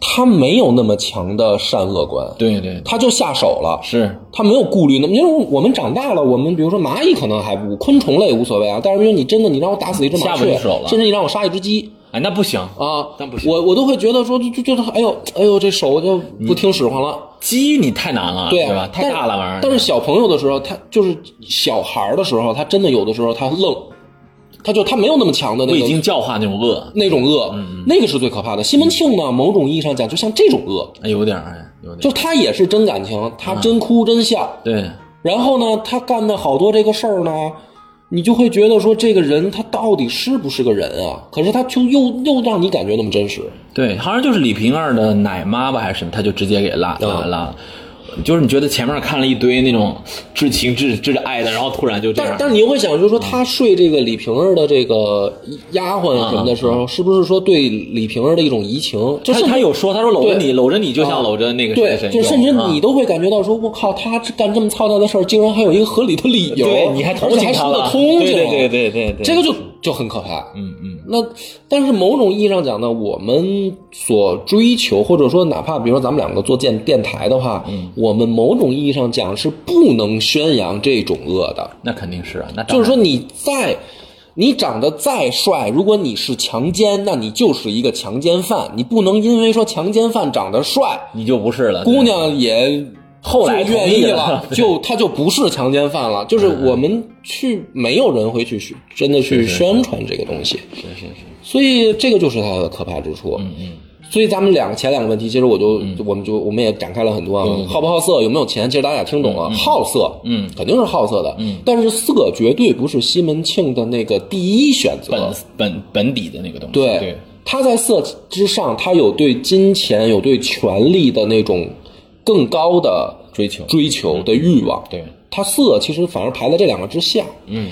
Speaker 1: 他没有那么强的善恶观，
Speaker 2: 对对
Speaker 1: 他就下手了，
Speaker 2: 是，
Speaker 1: 他没有顾虑那么，因为我们长大了，我们比如说蚂蚁可能还不，昆虫类无所谓啊。但是比如你真的你让我打死一只
Speaker 2: 下
Speaker 1: 麻
Speaker 2: 不
Speaker 1: 雀
Speaker 2: 去手了，
Speaker 1: 甚至你让我杀一只鸡
Speaker 2: 哎，那不行。
Speaker 1: 啊，
Speaker 2: 但不行
Speaker 1: 我我都会觉得说就就就哎呦哎呦这手就不听使唤了。
Speaker 2: 鸡你太难了，
Speaker 1: 对
Speaker 2: 嗯对吧？
Speaker 1: 啊，
Speaker 2: 太大了玩意儿。
Speaker 1: 但是小朋友的时候，他就是小孩儿的时候，他真的有的时候他愣，他就他没有那么强的那
Speaker 2: 未
Speaker 1: 个
Speaker 2: 经嗯教化那种恶，
Speaker 1: 那种恶，那个是最可怕的。西门庆呢，某种意义上讲，就像这种恶，
Speaker 2: 哎，有点儿，哎，有点
Speaker 1: 就
Speaker 2: 儿。
Speaker 1: 他也是真感情，
Speaker 2: 嗯
Speaker 1: 他真哭真笑。
Speaker 2: 对，
Speaker 1: 然后呢，他干的好多这个事儿呢，你就会觉得说这个人他到底是不是个人啊？可是他就又又让你感觉那么真实。
Speaker 2: 对，好像就是李瓶儿的奶妈吧，还是什么，他就直接给拉
Speaker 1: 嗯
Speaker 2: 拉拉。就是你觉得前面看了一堆那种至情至至爱的，然后突然就这
Speaker 1: 但
Speaker 2: 样
Speaker 1: 是，但是你又会想，就是说他睡这个李瓶儿的这个丫鬟什么的时候，是不是说对李瓶儿的一种移情？就
Speaker 2: 嗯他
Speaker 1: 是
Speaker 2: 他有说，他说搂着
Speaker 1: 对
Speaker 2: 你，搂着你就像搂着那个
Speaker 1: 对
Speaker 2: 谁谁，谁
Speaker 1: 就
Speaker 2: 一样
Speaker 1: 甚至
Speaker 2: 啊
Speaker 1: 你都会感觉到说，我靠，他干这么操蛋的事儿，竟然还有一个合理的理由，
Speaker 2: 对，你还同
Speaker 1: 而且
Speaker 2: 情
Speaker 1: 还
Speaker 2: 他
Speaker 1: 说得
Speaker 2: 了，
Speaker 1: 通，
Speaker 2: 对
Speaker 1: 竟
Speaker 2: 对
Speaker 1: 然
Speaker 2: 对对对对，
Speaker 1: 这个就就很可怕。
Speaker 2: 嗯嗯，
Speaker 1: 那但是某种意义上讲呢，我们所追求，或者说哪怕比如说咱们两个做电电台的话，
Speaker 2: 嗯
Speaker 1: 我们某种意义上讲是不能宣扬这种恶的。
Speaker 2: 那肯定是啊，那当然
Speaker 1: 就是说你在你长得再帅，如果你是强奸，那你就是一个强奸犯。你不能因为说强奸犯长得帅，
Speaker 2: 你就不是了。
Speaker 1: 姑娘也
Speaker 2: 后来
Speaker 1: 就愿意
Speaker 2: 了，嗯
Speaker 1: 就他就不是强奸犯了。就是我们去没有人会去宣真的去宣传这个东西，
Speaker 2: 是是是，
Speaker 1: 所以这个就是它的可怕之处。嗯嗯。所以咱们两前两个问题，其实我就、我们就我们也展开了很多啊，好不好色，有没有钱？其实大家也听懂了，好色，嗯，肯定是好色的，嗯，但是色绝对不是西门庆的那个第一选择，
Speaker 2: 本本本底的那个东西。
Speaker 1: 对，
Speaker 2: 对，
Speaker 1: 他在色之上，他有对金钱、有对权力的那种更高的
Speaker 2: 追求
Speaker 1: 追求的欲望。
Speaker 2: 对，
Speaker 1: 他色其实反而排在这两个之下。嗯，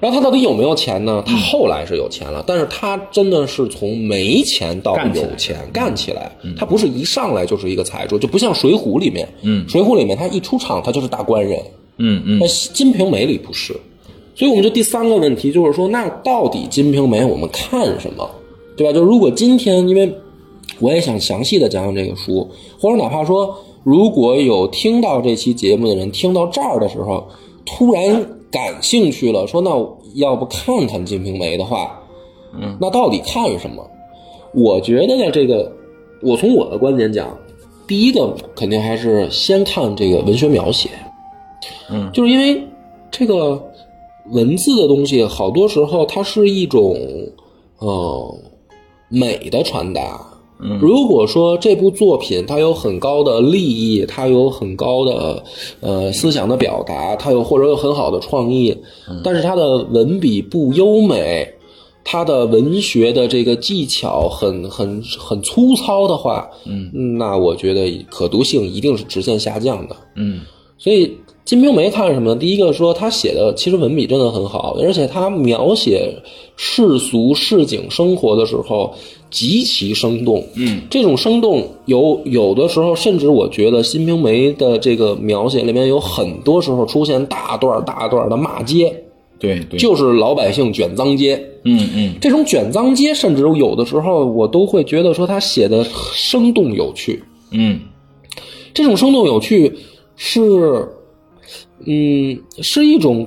Speaker 1: 然后他到底有没有钱呢？他后来是有钱了，但是他真的是从没钱到
Speaker 2: 干起
Speaker 1: 有
Speaker 2: 来嗯
Speaker 1: 钱干起来，他不是一上来就是一个财主，就不像《水浒》里面，嗯，《水浒》里面他一出场他就是大官人，
Speaker 2: 嗯嗯，
Speaker 1: 那《金瓶梅》里不是，所以我们就第三个问题就是说，那到底《金瓶梅》我们看什么，对吧？就如果今天，因为我也想详细的讲讲这个书，或者哪怕说，如果有听到这期节目的人听到这儿的时候，突然感兴趣了，说那要不看看《金瓶梅》的话，嗯，那到底看什么？我觉得呢，这个我从我的观点讲，第一个肯定还是先看这个文学描写，就是因为这个文字的东西，好多时候它是一种呃美的传达。如果说这部作品它有很高的立意，它有很高的呃思想的表达，它有或者有很好的创意，但是它的文笔不优美，它的文学的这个技巧很很很粗糙的话，嗯，那我觉得可读性一定是直线下降的。
Speaker 2: 嗯
Speaker 1: 所以《金瓶梅》看什么呢？第一个说他写的其实文笔真的很好，而且他描写世俗市井生活的时候极其生动。嗯，这种生动有有的时候，甚至我觉得《金瓶梅》的这个描写里面有很多时候出现大段大段的骂街，
Speaker 2: 对对，
Speaker 1: 就是老百姓卷脏街。
Speaker 2: 嗯嗯
Speaker 1: 这种卷脏街，甚至有的时候我都会觉得说他写的生动有趣。
Speaker 2: 嗯，
Speaker 1: 这种生动有趣是，嗯，是一种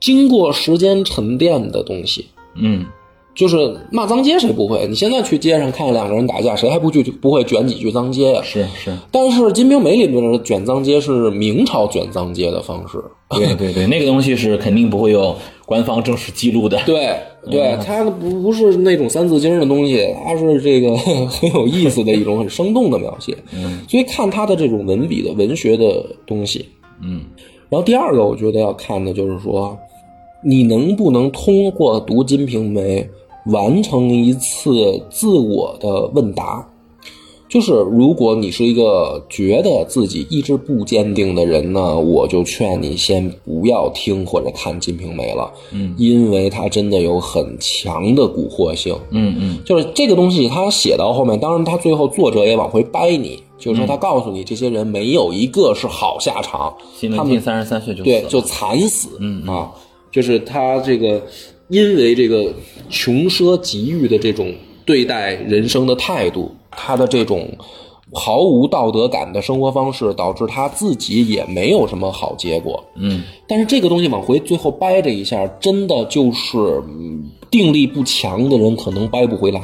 Speaker 1: 经过时间沉淀的东西。
Speaker 2: 嗯
Speaker 1: 就是骂脏街谁不会？你现在去街上看两个人打架，谁还不去不会卷几句脏街呀、
Speaker 2: 是 是，
Speaker 1: 但是《金瓶梅》里面的卷脏街是明朝卷脏街的方式。
Speaker 2: 对对对，那个东西是肯定不会有官方正式记录的。
Speaker 1: 对对，它不不是那种三字经的东西，它是这个 很有意思的一种很生动的描写。嗯，所以看它的这种文笔的文学的东西。
Speaker 2: 嗯，
Speaker 1: 然后第二个我觉得要看的就是说，你能不能通过读《金瓶梅》完成一次自我的问答。就是如果你是一个觉得自己意志不坚定的人呢，我就劝你先不要听或者看《金瓶梅》了，嗯，因为它真的有很强的蛊惑性，
Speaker 2: 嗯嗯
Speaker 1: 就是这个东西，他写到后面，当然他最后作者也往回掰你，就是说他告诉你这些人没有一个是好下场，
Speaker 2: 西门庆三十三岁就死
Speaker 1: 对，
Speaker 2: 了。
Speaker 1: 就惨死，嗯啊，就是他这个因为这个穷奢极欲的这种对待人生的态度，他的这种毫无道德感的生活方式，导致他自己也没有什么好结果，
Speaker 2: 嗯
Speaker 1: 但是这个东西往回最后掰这一下，真的就是嗯定力不强的人可能掰不回来。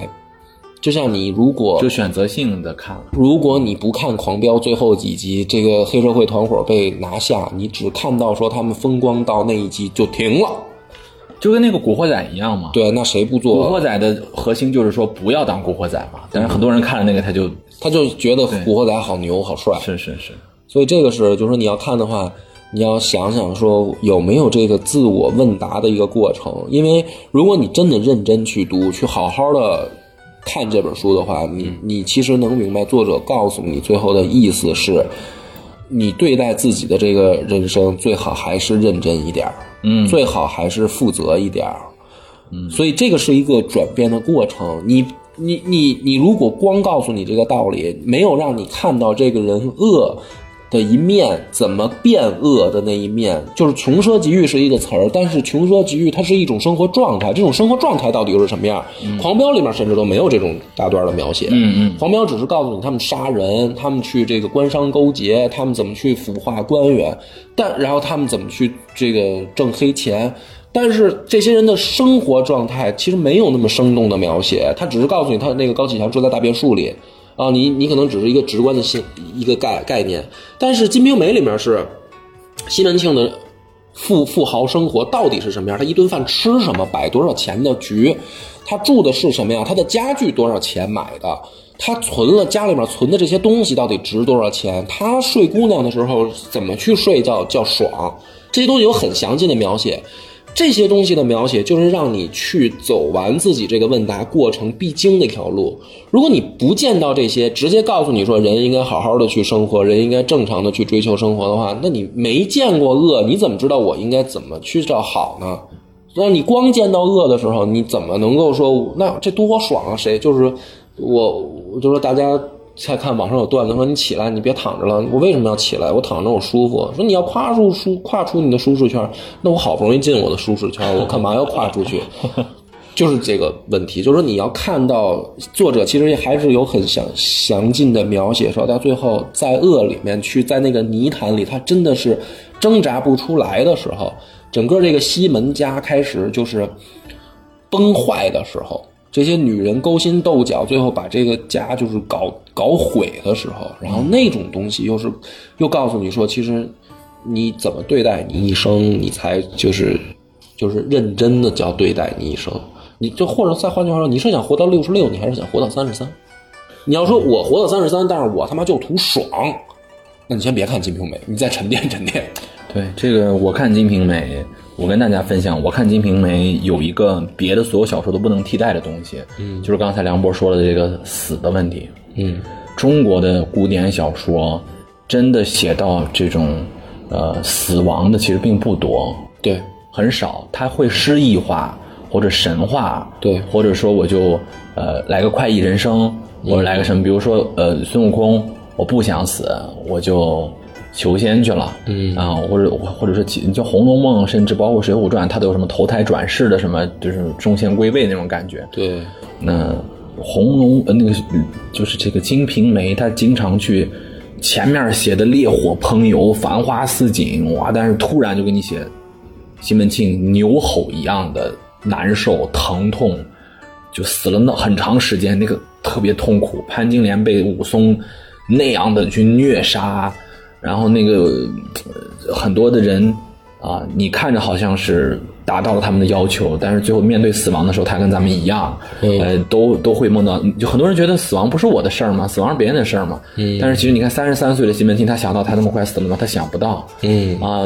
Speaker 1: 就像你如果
Speaker 2: 就选择性的看了。
Speaker 1: 如果你不看《狂飙》最后几集，这个黑社会团伙被拿下，你只看到说他们风光到那一集就停了，
Speaker 2: 就跟那个《古惑仔》一样嘛，
Speaker 1: 对，那谁不
Speaker 2: 古
Speaker 1: 做？
Speaker 2: 惑仔》的核心就是说不要当古惑仔嘛，但是很多人看了那个他就
Speaker 1: 他就觉得《古惑仔》好牛好帅，
Speaker 2: 是是是，
Speaker 1: 所以这个是，就是说你要看的话，你要想想说有没有这个自我问答的一个过程，因为如果你真的认真去读，去好好的看这本书的话，你你其实能明白作者告诉你最后的意思是，你对待自己的这个人生最好还是认真一点儿，
Speaker 2: 嗯
Speaker 1: 最好还是负责一点儿，所以这个是一个转变的过程。你你你你如果光告诉你这个道理，没有让你看到这个人恶的一面，怎么变恶的那一面，就是穷奢极欲是一个词儿，但是穷奢极欲它是一种生活状态，这种生活状态到底又是什么样？狂飙里面甚至都没有这种大段的描写。
Speaker 2: 嗯嗯，
Speaker 1: 黄标只是告诉你他们杀人，他们去这个官商勾结，他们怎么去腐化官员，但然后他们怎么去这个挣黑钱。但是这些人的生活状态其实没有那么生动的描写，他只是告诉你他那个高启强住在大别墅里，啊，你你可能只是一个直观的信一个概概念，但是《金瓶梅》里面是西门庆的富富豪生活到底是什么样？他一顿饭吃什么？摆多少钱的局？他住的是什么样？他的家具多少钱买的？他存了家里面存的这些东西到底值多少钱？他睡姑娘的时候怎么去睡觉叫爽？这些东西有很详尽的描写。这些东西的描写就是让你去走完自己这个问答过程必经的一条路。如果你不见到这些，直接告诉你说人应该好好的去生活，人应该正常的去追求生活的话，那你没见过恶，你怎么知道我应该怎么去找好呢？那你光见到恶的时候，你怎么能够说那这多爽啊？谁就是我，我就说大家在看网上有段子说你起来，你别躺着了。我为什么要起来？我躺着我舒服。说你要跨入舒跨出你的舒适圈，那我好不容易进我的舒适圈，我干嘛要跨出去？就是这个问题，就是说你要看到作者其实还是有很详详尽的描写，说到最后在恶里面去，在那个泥潭里，他真的是挣扎不出来的时候，整个这个西门家开始就是崩坏的时候，这些女人勾心斗角，最后把这个家就是搞搞毁的时候，然后那种东西又是又告诉你说，其实你怎么对待你一生，你才就是就是认真的叫对待你一生。你就或者再换句话说，你是想活到六十六，你还是想活到三十三？你要说我活到三十三，但是我他妈就图爽，那你先别看《金瓶梅》，你再沉淀沉淀。
Speaker 2: 对这个，我看《金瓶梅》，我跟大家分享，我看《金瓶梅》有一个别的所有小说都不能替代的东西，嗯，就是刚才梁博说的这个死的问题。
Speaker 1: 嗯，
Speaker 2: 中国的古典小说真的写到这种呃死亡的其实并不多，
Speaker 1: 对，
Speaker 2: 很少，它会诗意化或者神话，
Speaker 1: 对
Speaker 2: 或者说我就呃来个快意人生，或者来个什么，比如说呃孙悟空，我不想死，我就求仙去了，嗯啊，或者或者说其叫《红楼梦》，甚至包括《水浒传》，它都有什么投胎转世的什么，就是忠贤归位那种感觉，
Speaker 1: 对，
Speaker 2: 那红龙呃那个就是这个《金瓶梅》，它经常去前面写的烈火烹油、繁花似锦，哇！但是突然就给你写西门庆牛吼一样的啊难受、疼痛，就死了那很长时间，那个特别痛苦。潘金莲被武松那样的去虐杀，然后那个呃很多的人啊，你看着好像是达到了他们的要求，但是最后面对死亡的时候，他跟咱们一样，呃，都都会梦到。就很多人觉得死亡不是我的事儿吗？死亡是别人的事儿吗？但是其实你看，三十三岁的西门庆，他想到他那么快死了吗？他想不到。
Speaker 1: 嗯
Speaker 2: 啊、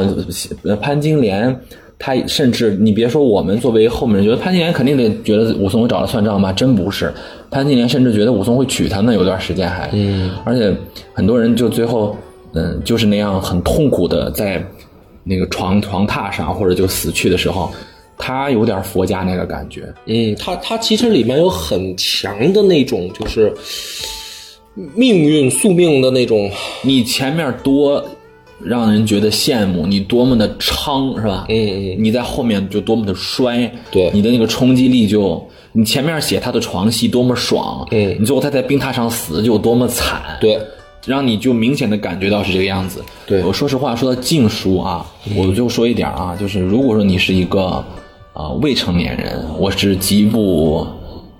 Speaker 2: 呃潘金莲。他甚至你别说我们作为后面人，觉得潘金莲肯定得觉得武松会找他算账吧？真不是，潘金莲甚至觉得武松会娶她呢，有段时间还，嗯，而且很多人就最后，嗯，就是那样很痛苦的在那个床床榻上或者就死去的时候，他有点佛家那个感觉，
Speaker 1: 嗯，它它其实里面有很强的那种就是命运宿命的那种，
Speaker 2: 你前面多让人觉得羡慕，你多么的昌是吧？
Speaker 1: 嗯嗯
Speaker 2: 你在后面就多么的衰，
Speaker 1: 对
Speaker 2: 你的那个冲击力就，你前面写他的床戏多么爽，
Speaker 1: 嗯
Speaker 2: 你最后他在冰榻上死就有多么惨，，
Speaker 1: 对，
Speaker 2: 让你就明显的感觉到是这个样子。
Speaker 1: 对嗯
Speaker 2: 我说实话，说到禁书啊，我就说一点啊，就是如果说你是一个啊、呃未成年人，我是极不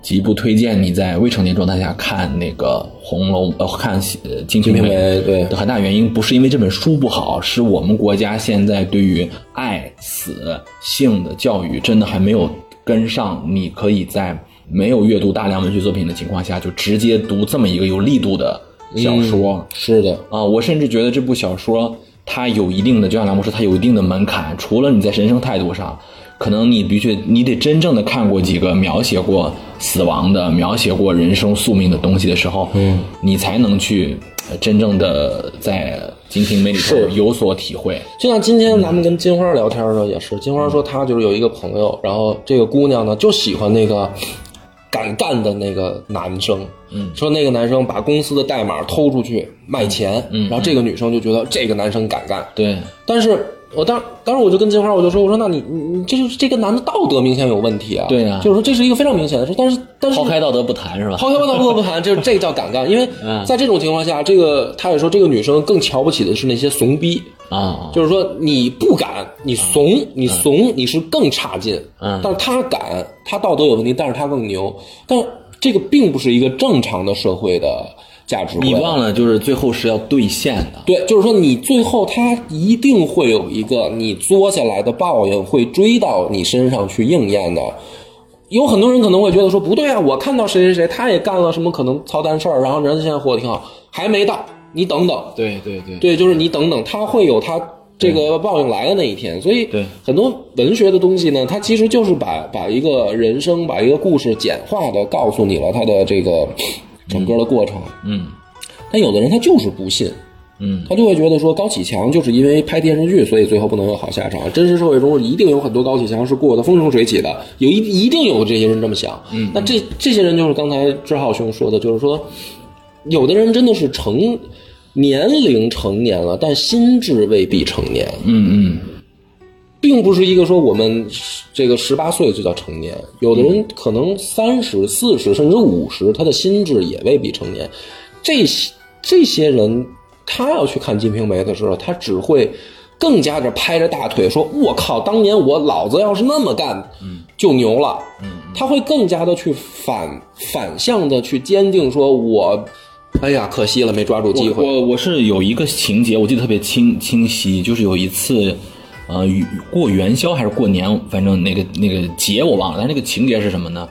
Speaker 2: 极不推荐你在未成年状态下看那个《红楼》呃看呃《金
Speaker 1: 金
Speaker 2: 瓶
Speaker 1: 瓶梅对
Speaker 2: 很大原因不是因为这本书不好，是我们国家现在对于爱、死、性的教育真的还没有跟上。你可以在没有阅读大量文学作品的情况下，就直接读这么一个有力度的小说。
Speaker 1: 是的，
Speaker 2: 啊，我甚至觉得这部小说它有一定的，就像梁博说，它有一定的门槛。除了你在人生态度上，可能你必须你得真正的看过几个描写过死亡的、描写过人生宿命的东西的时候，嗯，你才能去呃真正的在《金瓶梅》里头
Speaker 1: 是
Speaker 2: 有所体会。
Speaker 1: 就像今天咱们跟金花聊天的时候也是，金花说她就是有一个朋友，然后这个姑娘呢就喜欢那个敢干的那个男生，嗯，说那个男生把公司的代码偷出去卖钱，嗯，然后这个女生就觉得这个男生敢干，
Speaker 2: 对，
Speaker 1: 但是我当当时我就跟金花我就说，我说那你你你这就是这个男的道德明显有问题啊，
Speaker 2: 对啊
Speaker 1: 就是说这是一个非常明显的事，但是但是
Speaker 2: 抛开道德不谈是吧？
Speaker 1: 抛开道德不谈，就是
Speaker 2: 嗯
Speaker 1: 这叫敢干。因为在这种情况下，这个他也说，这个女生更瞧不起的是那些怂逼，
Speaker 2: 啊
Speaker 1: 就是说你不敢，你怂，你怂，你是更差劲。
Speaker 2: 嗯
Speaker 1: 但是他敢，他道德有问题，但是他更牛。但是这个并不是一个正常的社会的价值观。
Speaker 2: 你忘了，就是最后是要兑现的。
Speaker 1: 对，就是说你最后他一定会有一个你作下来的报应会追到你身上去应验的。有很多人可能会觉得说不对啊，我看到谁谁谁他也干了什么可能操蛋事儿，然后人家现在活得挺好，还没到，你等等。
Speaker 2: 对对对
Speaker 1: 对，就是你等等，他会有他这个报应来的那一天。所以
Speaker 2: 对，
Speaker 1: 很多文学的东西呢，它其实就是把把一个人生、把一个故事简化的告诉你了它的这个整个的过程。
Speaker 2: 嗯
Speaker 1: 但有的人他就是不信，
Speaker 2: 嗯，
Speaker 1: 他就会觉得说高启强就是因为拍电视剧，所以最后不能有好下场。真实社会中一定有很多高启强是过得风生水起的，有一一定有这些人这么想。嗯，那这这些人就是刚才志浩兄说的，就是说，有的人真的是成年龄成年了，但心智未必成年。
Speaker 2: 嗯
Speaker 1: 并不是一个说我们这个十八岁就叫成年，有的人可能三十四十甚至五十，他的心智也未必成年。这些这些人，他要去看《金瓶梅》的时候，他只会更加着拍着大腿说：“我靠，当年我老子要是那么干，就牛了。”他会更加的去反反向的去坚定说：“我，哎呀，可惜了，没抓住机
Speaker 2: 嗯，
Speaker 1: 会。
Speaker 2: 我我是有一个情节，我记得特别清清晰，就是有一次。呃，过元宵还是过年，反正那个那个节我忘了，但那个情节是什么呢？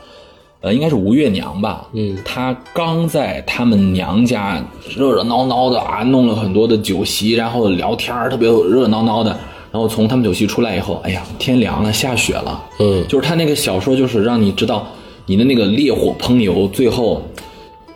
Speaker 2: 呃，应该是吴月娘吧，嗯，她刚在他们娘家热热闹闹的啊，弄了很多的酒席，然后聊天儿特别热热闹闹的，然后从他们酒席出来以后，哎呀，天凉了，下雪了，
Speaker 1: 嗯
Speaker 2: 就是他那个小说就是让你知道你的那个烈火烹油，最后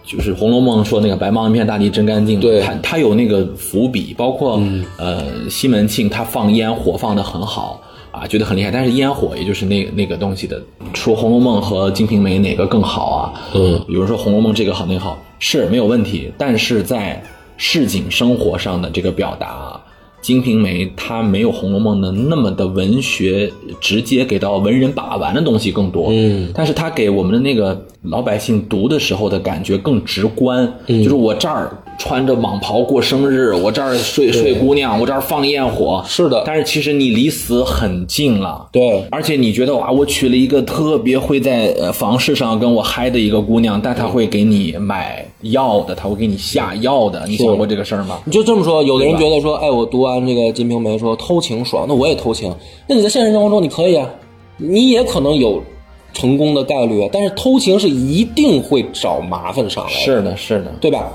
Speaker 2: 就是《红楼梦》说那个白忙一片大地真干净，
Speaker 1: 对嗯
Speaker 2: 他他有那个伏笔，包括、呃西门庆他放烟火放的很好啊，觉得很厉害，但是烟火也就是那那个东西的，说《红楼梦》和《金瓶梅》哪个更好啊？
Speaker 1: 嗯，
Speaker 2: 有人说《红楼梦》这个好那个好是没有问题，但是在市井生活上的这个表达啊。《金瓶梅》它没有《红楼梦》的那么的文学，直接给到文人把玩的东西更多。
Speaker 1: 嗯，
Speaker 2: 但是它给我们的那个老百姓读的时候的感觉更直观。
Speaker 1: 嗯
Speaker 2: 就是我这儿穿着蟒袍过生日，我这儿睡睡姑娘，我这儿放焰火。
Speaker 1: 是的
Speaker 2: 但是其实你离死很近了。
Speaker 1: 对
Speaker 2: 而且你觉得哇，我娶了一个特别会在呃房事上跟我嗨的一个姑娘，但
Speaker 1: 嗯
Speaker 2: 她会给你买药的，她会给你下药的。你想过这个事儿吗？
Speaker 1: 你就这么说，有的人觉得说，哎，我读完这个《金瓶梅》说偷情爽，那我也偷情。那你在现实生活中你可以啊，你也可能有成功的概率啊，但是偷情是一定会找麻烦上来的。
Speaker 2: 是的，是的。
Speaker 1: 对吧？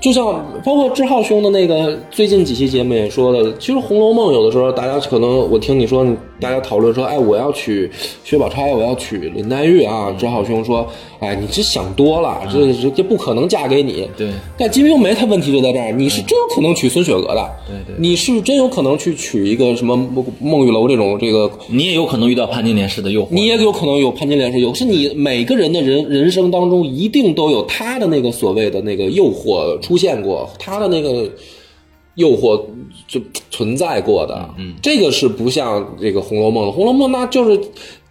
Speaker 1: 就像包括志浩兄的那个最近几期节目也说的，其实《红楼梦》有的时候大家可能我听你说，大家讨论说，哎，我要娶薛宝钗，我要娶林黛玉
Speaker 2: 嗯
Speaker 1: 啊。志浩兄说，哎，你这想多了，这这这不可能嫁给你。
Speaker 2: 对
Speaker 1: 但《金瓶梅》它问题就在这儿，你是真有可能娶孙雪娥的，
Speaker 2: 嗯对对
Speaker 1: 你是真有可能去娶一个什么孟孟玉楼这种这个
Speaker 2: 你也有可能遇到潘金莲式的诱惑。
Speaker 1: 你也有可能有潘金莲是有，是你每个人的人人生当中一定都有他的那个所谓的那个诱惑出现过，他的那个诱惑就存在过的。嗯，这个是不像这个《红楼梦》，《红楼梦》那就是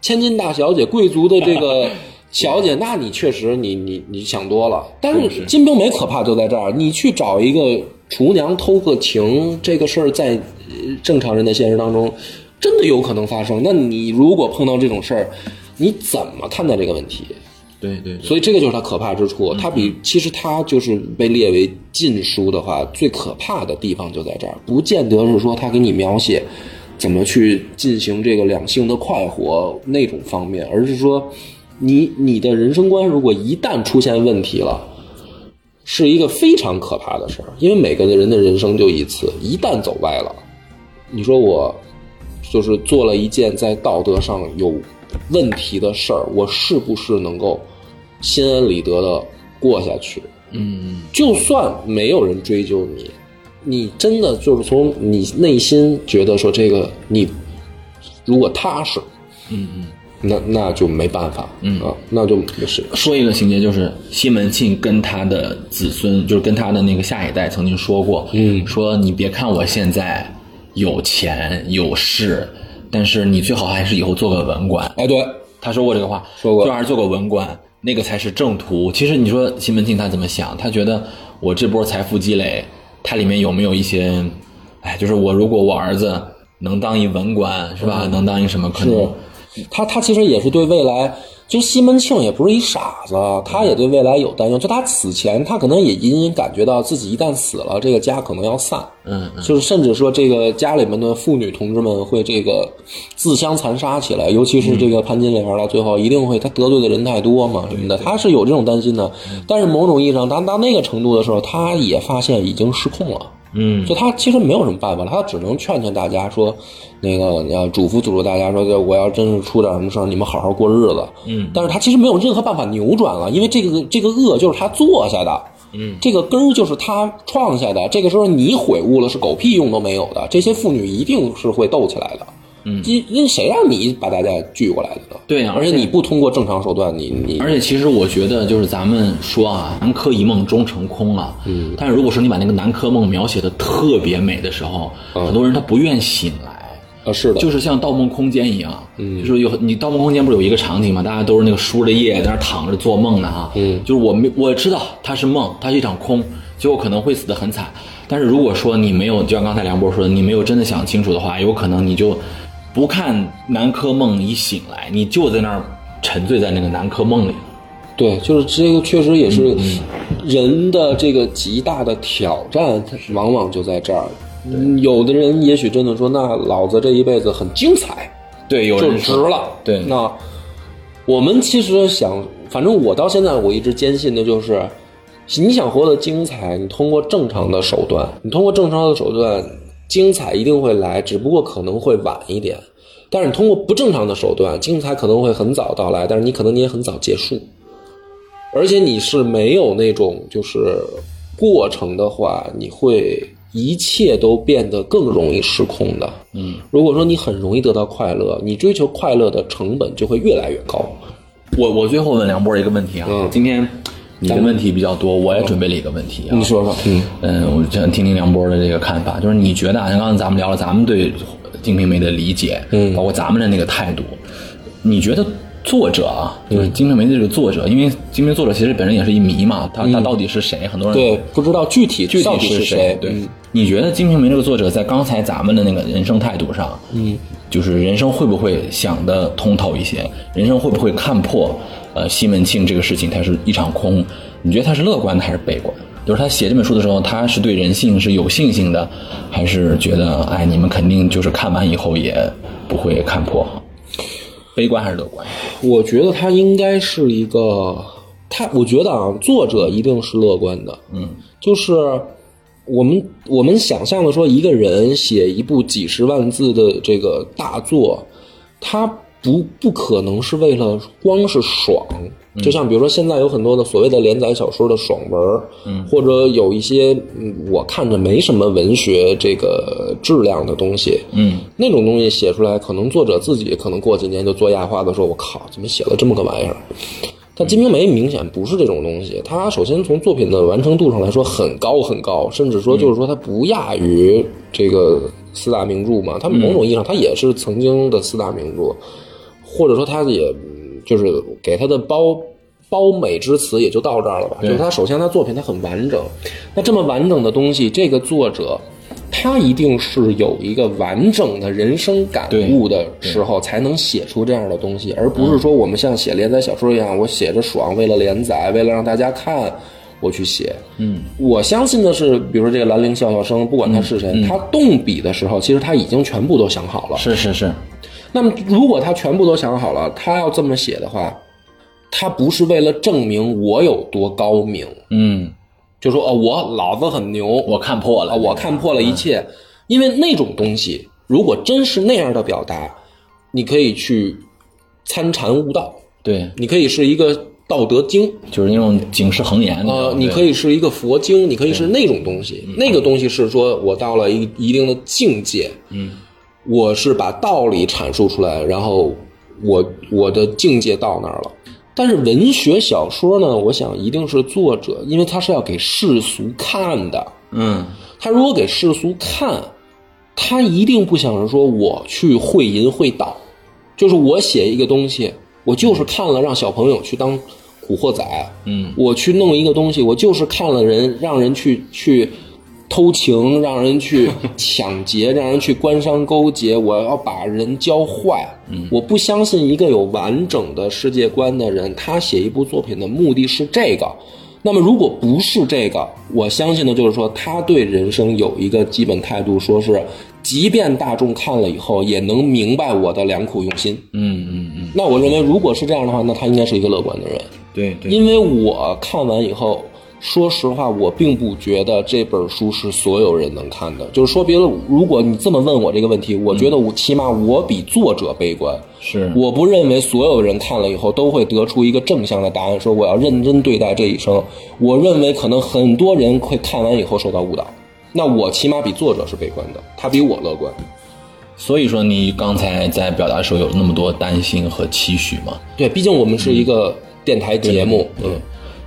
Speaker 1: 千金大小姐、贵族的这 个小姐，那你确实你你你想多了。但是《金瓶梅》可怕就在这儿，你去找一个厨娘偷个情这个事儿，在呃正常人的现实当中，真的有可能发生。那你如果碰到这种事儿，你怎么看待这个问题？
Speaker 2: 对对对，
Speaker 1: 所以这个就是它可怕之处。它比其实它就是被列为禁书的话，最可怕的地方就在这儿，不见得是说它给你描写怎么去进行这个两性的快活那种方面，而是说你你的人生观如果一旦出现问题了。是一个非常可怕的事儿，因为每个人的人生就一次，一旦走歪了，你说我就是做了一件在道德上有问题的事儿，我是不是能够心安理得的过下去？
Speaker 2: 嗯，
Speaker 1: 就算没有人追究你，你真的就是从你内心觉得说这个你如果踏实，嗯嗯，那那就没办法，嗯啊，那就没事。
Speaker 2: 说一个情节，就是西门庆跟他的子孙，就是跟他的那个下一代曾经说过，
Speaker 1: 嗯
Speaker 2: 说你别看我现在有钱有势，但是你最好还是以后做个文官。
Speaker 1: 哎，对，
Speaker 2: 他说过这个话，
Speaker 1: 说过
Speaker 2: 最好是做个文官，那个才是正途。其实你说西门庆他怎么想？他觉得我这波财富积累，它里面有没有一些哎，就是我如果我儿子能当一文官是吧？能当一什么可能？
Speaker 1: 嗯是，他他其实也是对未来，就西门庆也不是一傻子，啊他也对未来有担忧。就他死前，他可能也隐隐感觉到自己一旦死了，这个家可能要散。
Speaker 2: 嗯，
Speaker 1: 就是甚至说这个家里面的妇女同志们会这个自相残杀起来，尤其是这个潘金莲到最后一定会，他得罪的人太多嘛什么的，他是有这种担心的。
Speaker 2: 嗯
Speaker 1: 但是某种意义上，当到那个程度的时候，他也发现已经失控了。
Speaker 2: 嗯，
Speaker 1: 就他其实没有什么办法了，他只能劝劝大家说，那个你要嘱咐嘱咐大家说，就我要真是出点什么事儿，你们好好过日子。
Speaker 2: 嗯，
Speaker 1: 但是他其实没有任何办法扭转了，因为这个这个恶就是他做下的。
Speaker 2: 嗯，
Speaker 1: 这个根儿就是他创下的。这个时候你悔悟了，是狗屁用都没有的。这些妇女一定是会斗起来的。嗯，因因为谁让你把大家聚过来的呢？
Speaker 2: 对呀
Speaker 1: 而且你不通过正常手段，你你
Speaker 2: 而且其实我觉得，就是咱们说啊，南柯一梦终成空啊。嗯。但是如果说你把那个南柯梦描写的特别美的时候，很多人他不愿醒来，
Speaker 1: 呃是的，
Speaker 2: 就是像《盗梦空间》一样，嗯，就是有你《盗梦空间》不是有一个场景嘛，大家都是那个梳着夜在那儿躺着做梦呢啊。嗯。就是我没我知道它是梦，它是一场空，结果可能会死得很惨。但是如果说你没有，就像刚才梁波说的，你没有真的想清楚的话，有可能你就不看南柯梦一醒来，你就在那儿沉醉在那个南柯梦里了。
Speaker 1: 对，就是这个确实也
Speaker 2: 嗯
Speaker 1: 是人的这个极大的挑战，往往就在这儿。嗯有的人也许真的说，那老子这一辈子很精彩，
Speaker 2: 对，有
Speaker 1: 就
Speaker 2: 人
Speaker 1: 值
Speaker 2: 说
Speaker 1: 了。
Speaker 2: 对
Speaker 1: 那我们其实想，反正我到现在我一直坚信的就是，你想活得精彩，你通过正常的手段，你通过正常的手段，精彩一定会来，只不过可能会晚一点。但是你通过不正常的手段，精彩可能会很早到来，但是你可能你也很早结束。而且你是没有那种就是过程的话，你会一切都变得更容易失控的。嗯，如果说你很容易得到快乐，你追求快乐的成本就会越来越高。
Speaker 2: 我我最后问梁波一个问题啊，
Speaker 1: 嗯
Speaker 2: 今天你的问题比较多，我也准备了一个问题啊。
Speaker 1: 你说说，嗯，
Speaker 2: 嗯，我想听听梁波的这个看法，就是你觉得啊，像刚才咱们聊了咱们对《金瓶梅》的理解，嗯，包括咱们的那个态度，你觉得作者啊，就是
Speaker 1: 嗯
Speaker 2: 《金瓶梅》的这个作者，因为《金瓶》作者其实本人也是一谜嘛，他他到底是谁？很多人
Speaker 1: 嗯对，不知道具体
Speaker 2: 具
Speaker 1: 到
Speaker 2: 体
Speaker 1: 底
Speaker 2: 是
Speaker 1: 谁，
Speaker 2: 对
Speaker 1: 嗯，
Speaker 2: 你觉得《金瓶梅》这个作者在刚才咱们的那个人生态度上，嗯，就是人生会不会想得通透一些？人生会不会看破？呃，西门庆这个事情它是一场空，你觉得他是乐观的还是悲观？就是他写这本书的时候，他是对人性是有信心的，还是觉得哎，你们肯定就是看完以后也不会看破？悲观还是乐观？
Speaker 1: 我觉得他应该是一个，他我觉得啊，作者一定是乐观的，嗯，就是我们我们想象的说，一个人写一部几十万字的这个大作，他不不可能是为了光是爽。就像比如说，现在有很多的所谓的连载小说的爽文儿，或者有一些嗯我看着没什么文学这个质量的东西，
Speaker 2: 嗯，
Speaker 1: 那种东西写出来，可能作者自己可能过几年就做亚化的说，我靠，怎么写了这么个玩意儿？但《金瓶梅》明显不是这种东西，它首先从作品的完成度上来说很高很高，甚至说就是说它不亚于这个四大名著嘛，它某种意义上它也是曾经的四大名著，或者说它也嗯就是给它的褒褒美之词也就到这儿了吧，就是它首先它作品它很完整，那这么完整的东西，这个作者。他一定是有一个完整的人生感
Speaker 2: 对
Speaker 1: 悟的时候，才能写出这样的东西，而不是说我们像写连载小说一样，我写着爽，为了连载，为了让大家看，我去写。
Speaker 2: 嗯，
Speaker 1: 我相信的是，比如说这个兰陵笑笑生，不管他是谁，他动笔的时候，其实他已经全部都想好了。
Speaker 2: 嗯是是是，
Speaker 1: 那么，如果他全部都想好了，他要这么写的话，他不是为了证明我有多高明，
Speaker 2: 嗯，
Speaker 1: 就说哦，我老子很牛，我
Speaker 2: 我看破了，
Speaker 1: 啊，我看破了一切，因为那种东西，如果真是那样的表达，你可以去参禅悟道，
Speaker 2: 对，
Speaker 1: 你可以是一个道德经，
Speaker 2: 就是那种警示恒言的
Speaker 1: 呃，
Speaker 2: 嗯对
Speaker 1: 你可以是一个佛经，你可以是那种东西，那个东西是说我到了一一定的境界，嗯，我是把道理阐述出来，然后我我的境界到那儿了。但是文学小说呢，我想一定是作者，因为他是要给世俗看的，
Speaker 2: 嗯。
Speaker 1: 他如果给世俗看，他一定不想着说我去会淫会道，就是我写一个东西，我就是看了让小朋友去当古惑仔，
Speaker 2: 嗯，
Speaker 1: 我去弄一个东西，我就是看了人让人去去偷情，让人去抢劫，让人去官商勾结，我要把人教坏。我不相信一个有完整的世界观的人，他写一部作品的目的是这个。那么，如果不是这个，我相信的就是说，他对人生有一个基本态度，说是，即便大众看了以后也能明白我的良苦用心。
Speaker 2: 嗯嗯嗯，
Speaker 1: 那我认为，如果是这样的话，那他应该是一个乐观的人。
Speaker 2: 对对，
Speaker 1: 因为我看完以后，说实话，我并不觉得这本书是所有人能看的。就是说，别的，如果你这么问我这个问题，我觉得我起码我比作者悲观。
Speaker 2: 是
Speaker 1: 我不认为所有人看了以后都会得出一个正向的答案，说我要认真对待这一生。我认为可能很多人会看完以后受到误导。那我起码比作者是悲观的，他比我乐观。
Speaker 2: 所以说你刚才在表达的时候有那么多担心和期许吗？
Speaker 1: 对，毕竟我们是
Speaker 2: 嗯
Speaker 1: 一个电台节目，嗯，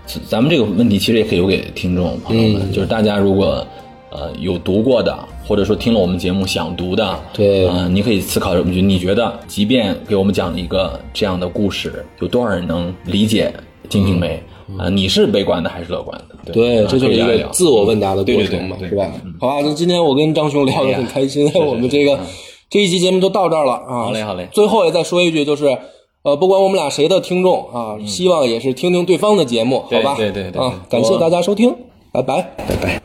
Speaker 2: 咱咱们这个问题其实也可以留给听众朋友
Speaker 1: 嗯
Speaker 2: 们，就是大家如果呃有读过的，或者说听了我们节目想读的，
Speaker 1: 对
Speaker 2: 啊、你可以思考，你你觉得，即便给我们讲一个这样的故事，有多少人能理解《金瓶梅》啊、你是悲观的还是乐观的？
Speaker 1: 嗯对，
Speaker 2: 啊
Speaker 1: 这就
Speaker 2: 可
Speaker 1: 是
Speaker 2: 以
Speaker 1: 一
Speaker 2: 聊一
Speaker 1: 个
Speaker 2: 聊
Speaker 1: 自我问答的过
Speaker 2: 对对
Speaker 1: 程嘛，
Speaker 2: 对对哎
Speaker 1: 是吧？嗯好吧，那今天我跟张雄聊得很开心，我们这个这一期节目就到这儿了啊。
Speaker 2: 好嘞好嘞
Speaker 1: 最后也再说一句，就是呃，不管我们俩谁的听众啊，希望也是听听对方的节目，好
Speaker 2: 嗯对
Speaker 1: 吧？
Speaker 2: 对对对
Speaker 1: 啊，感谢大家收听，拜拜。
Speaker 2: 拜拜。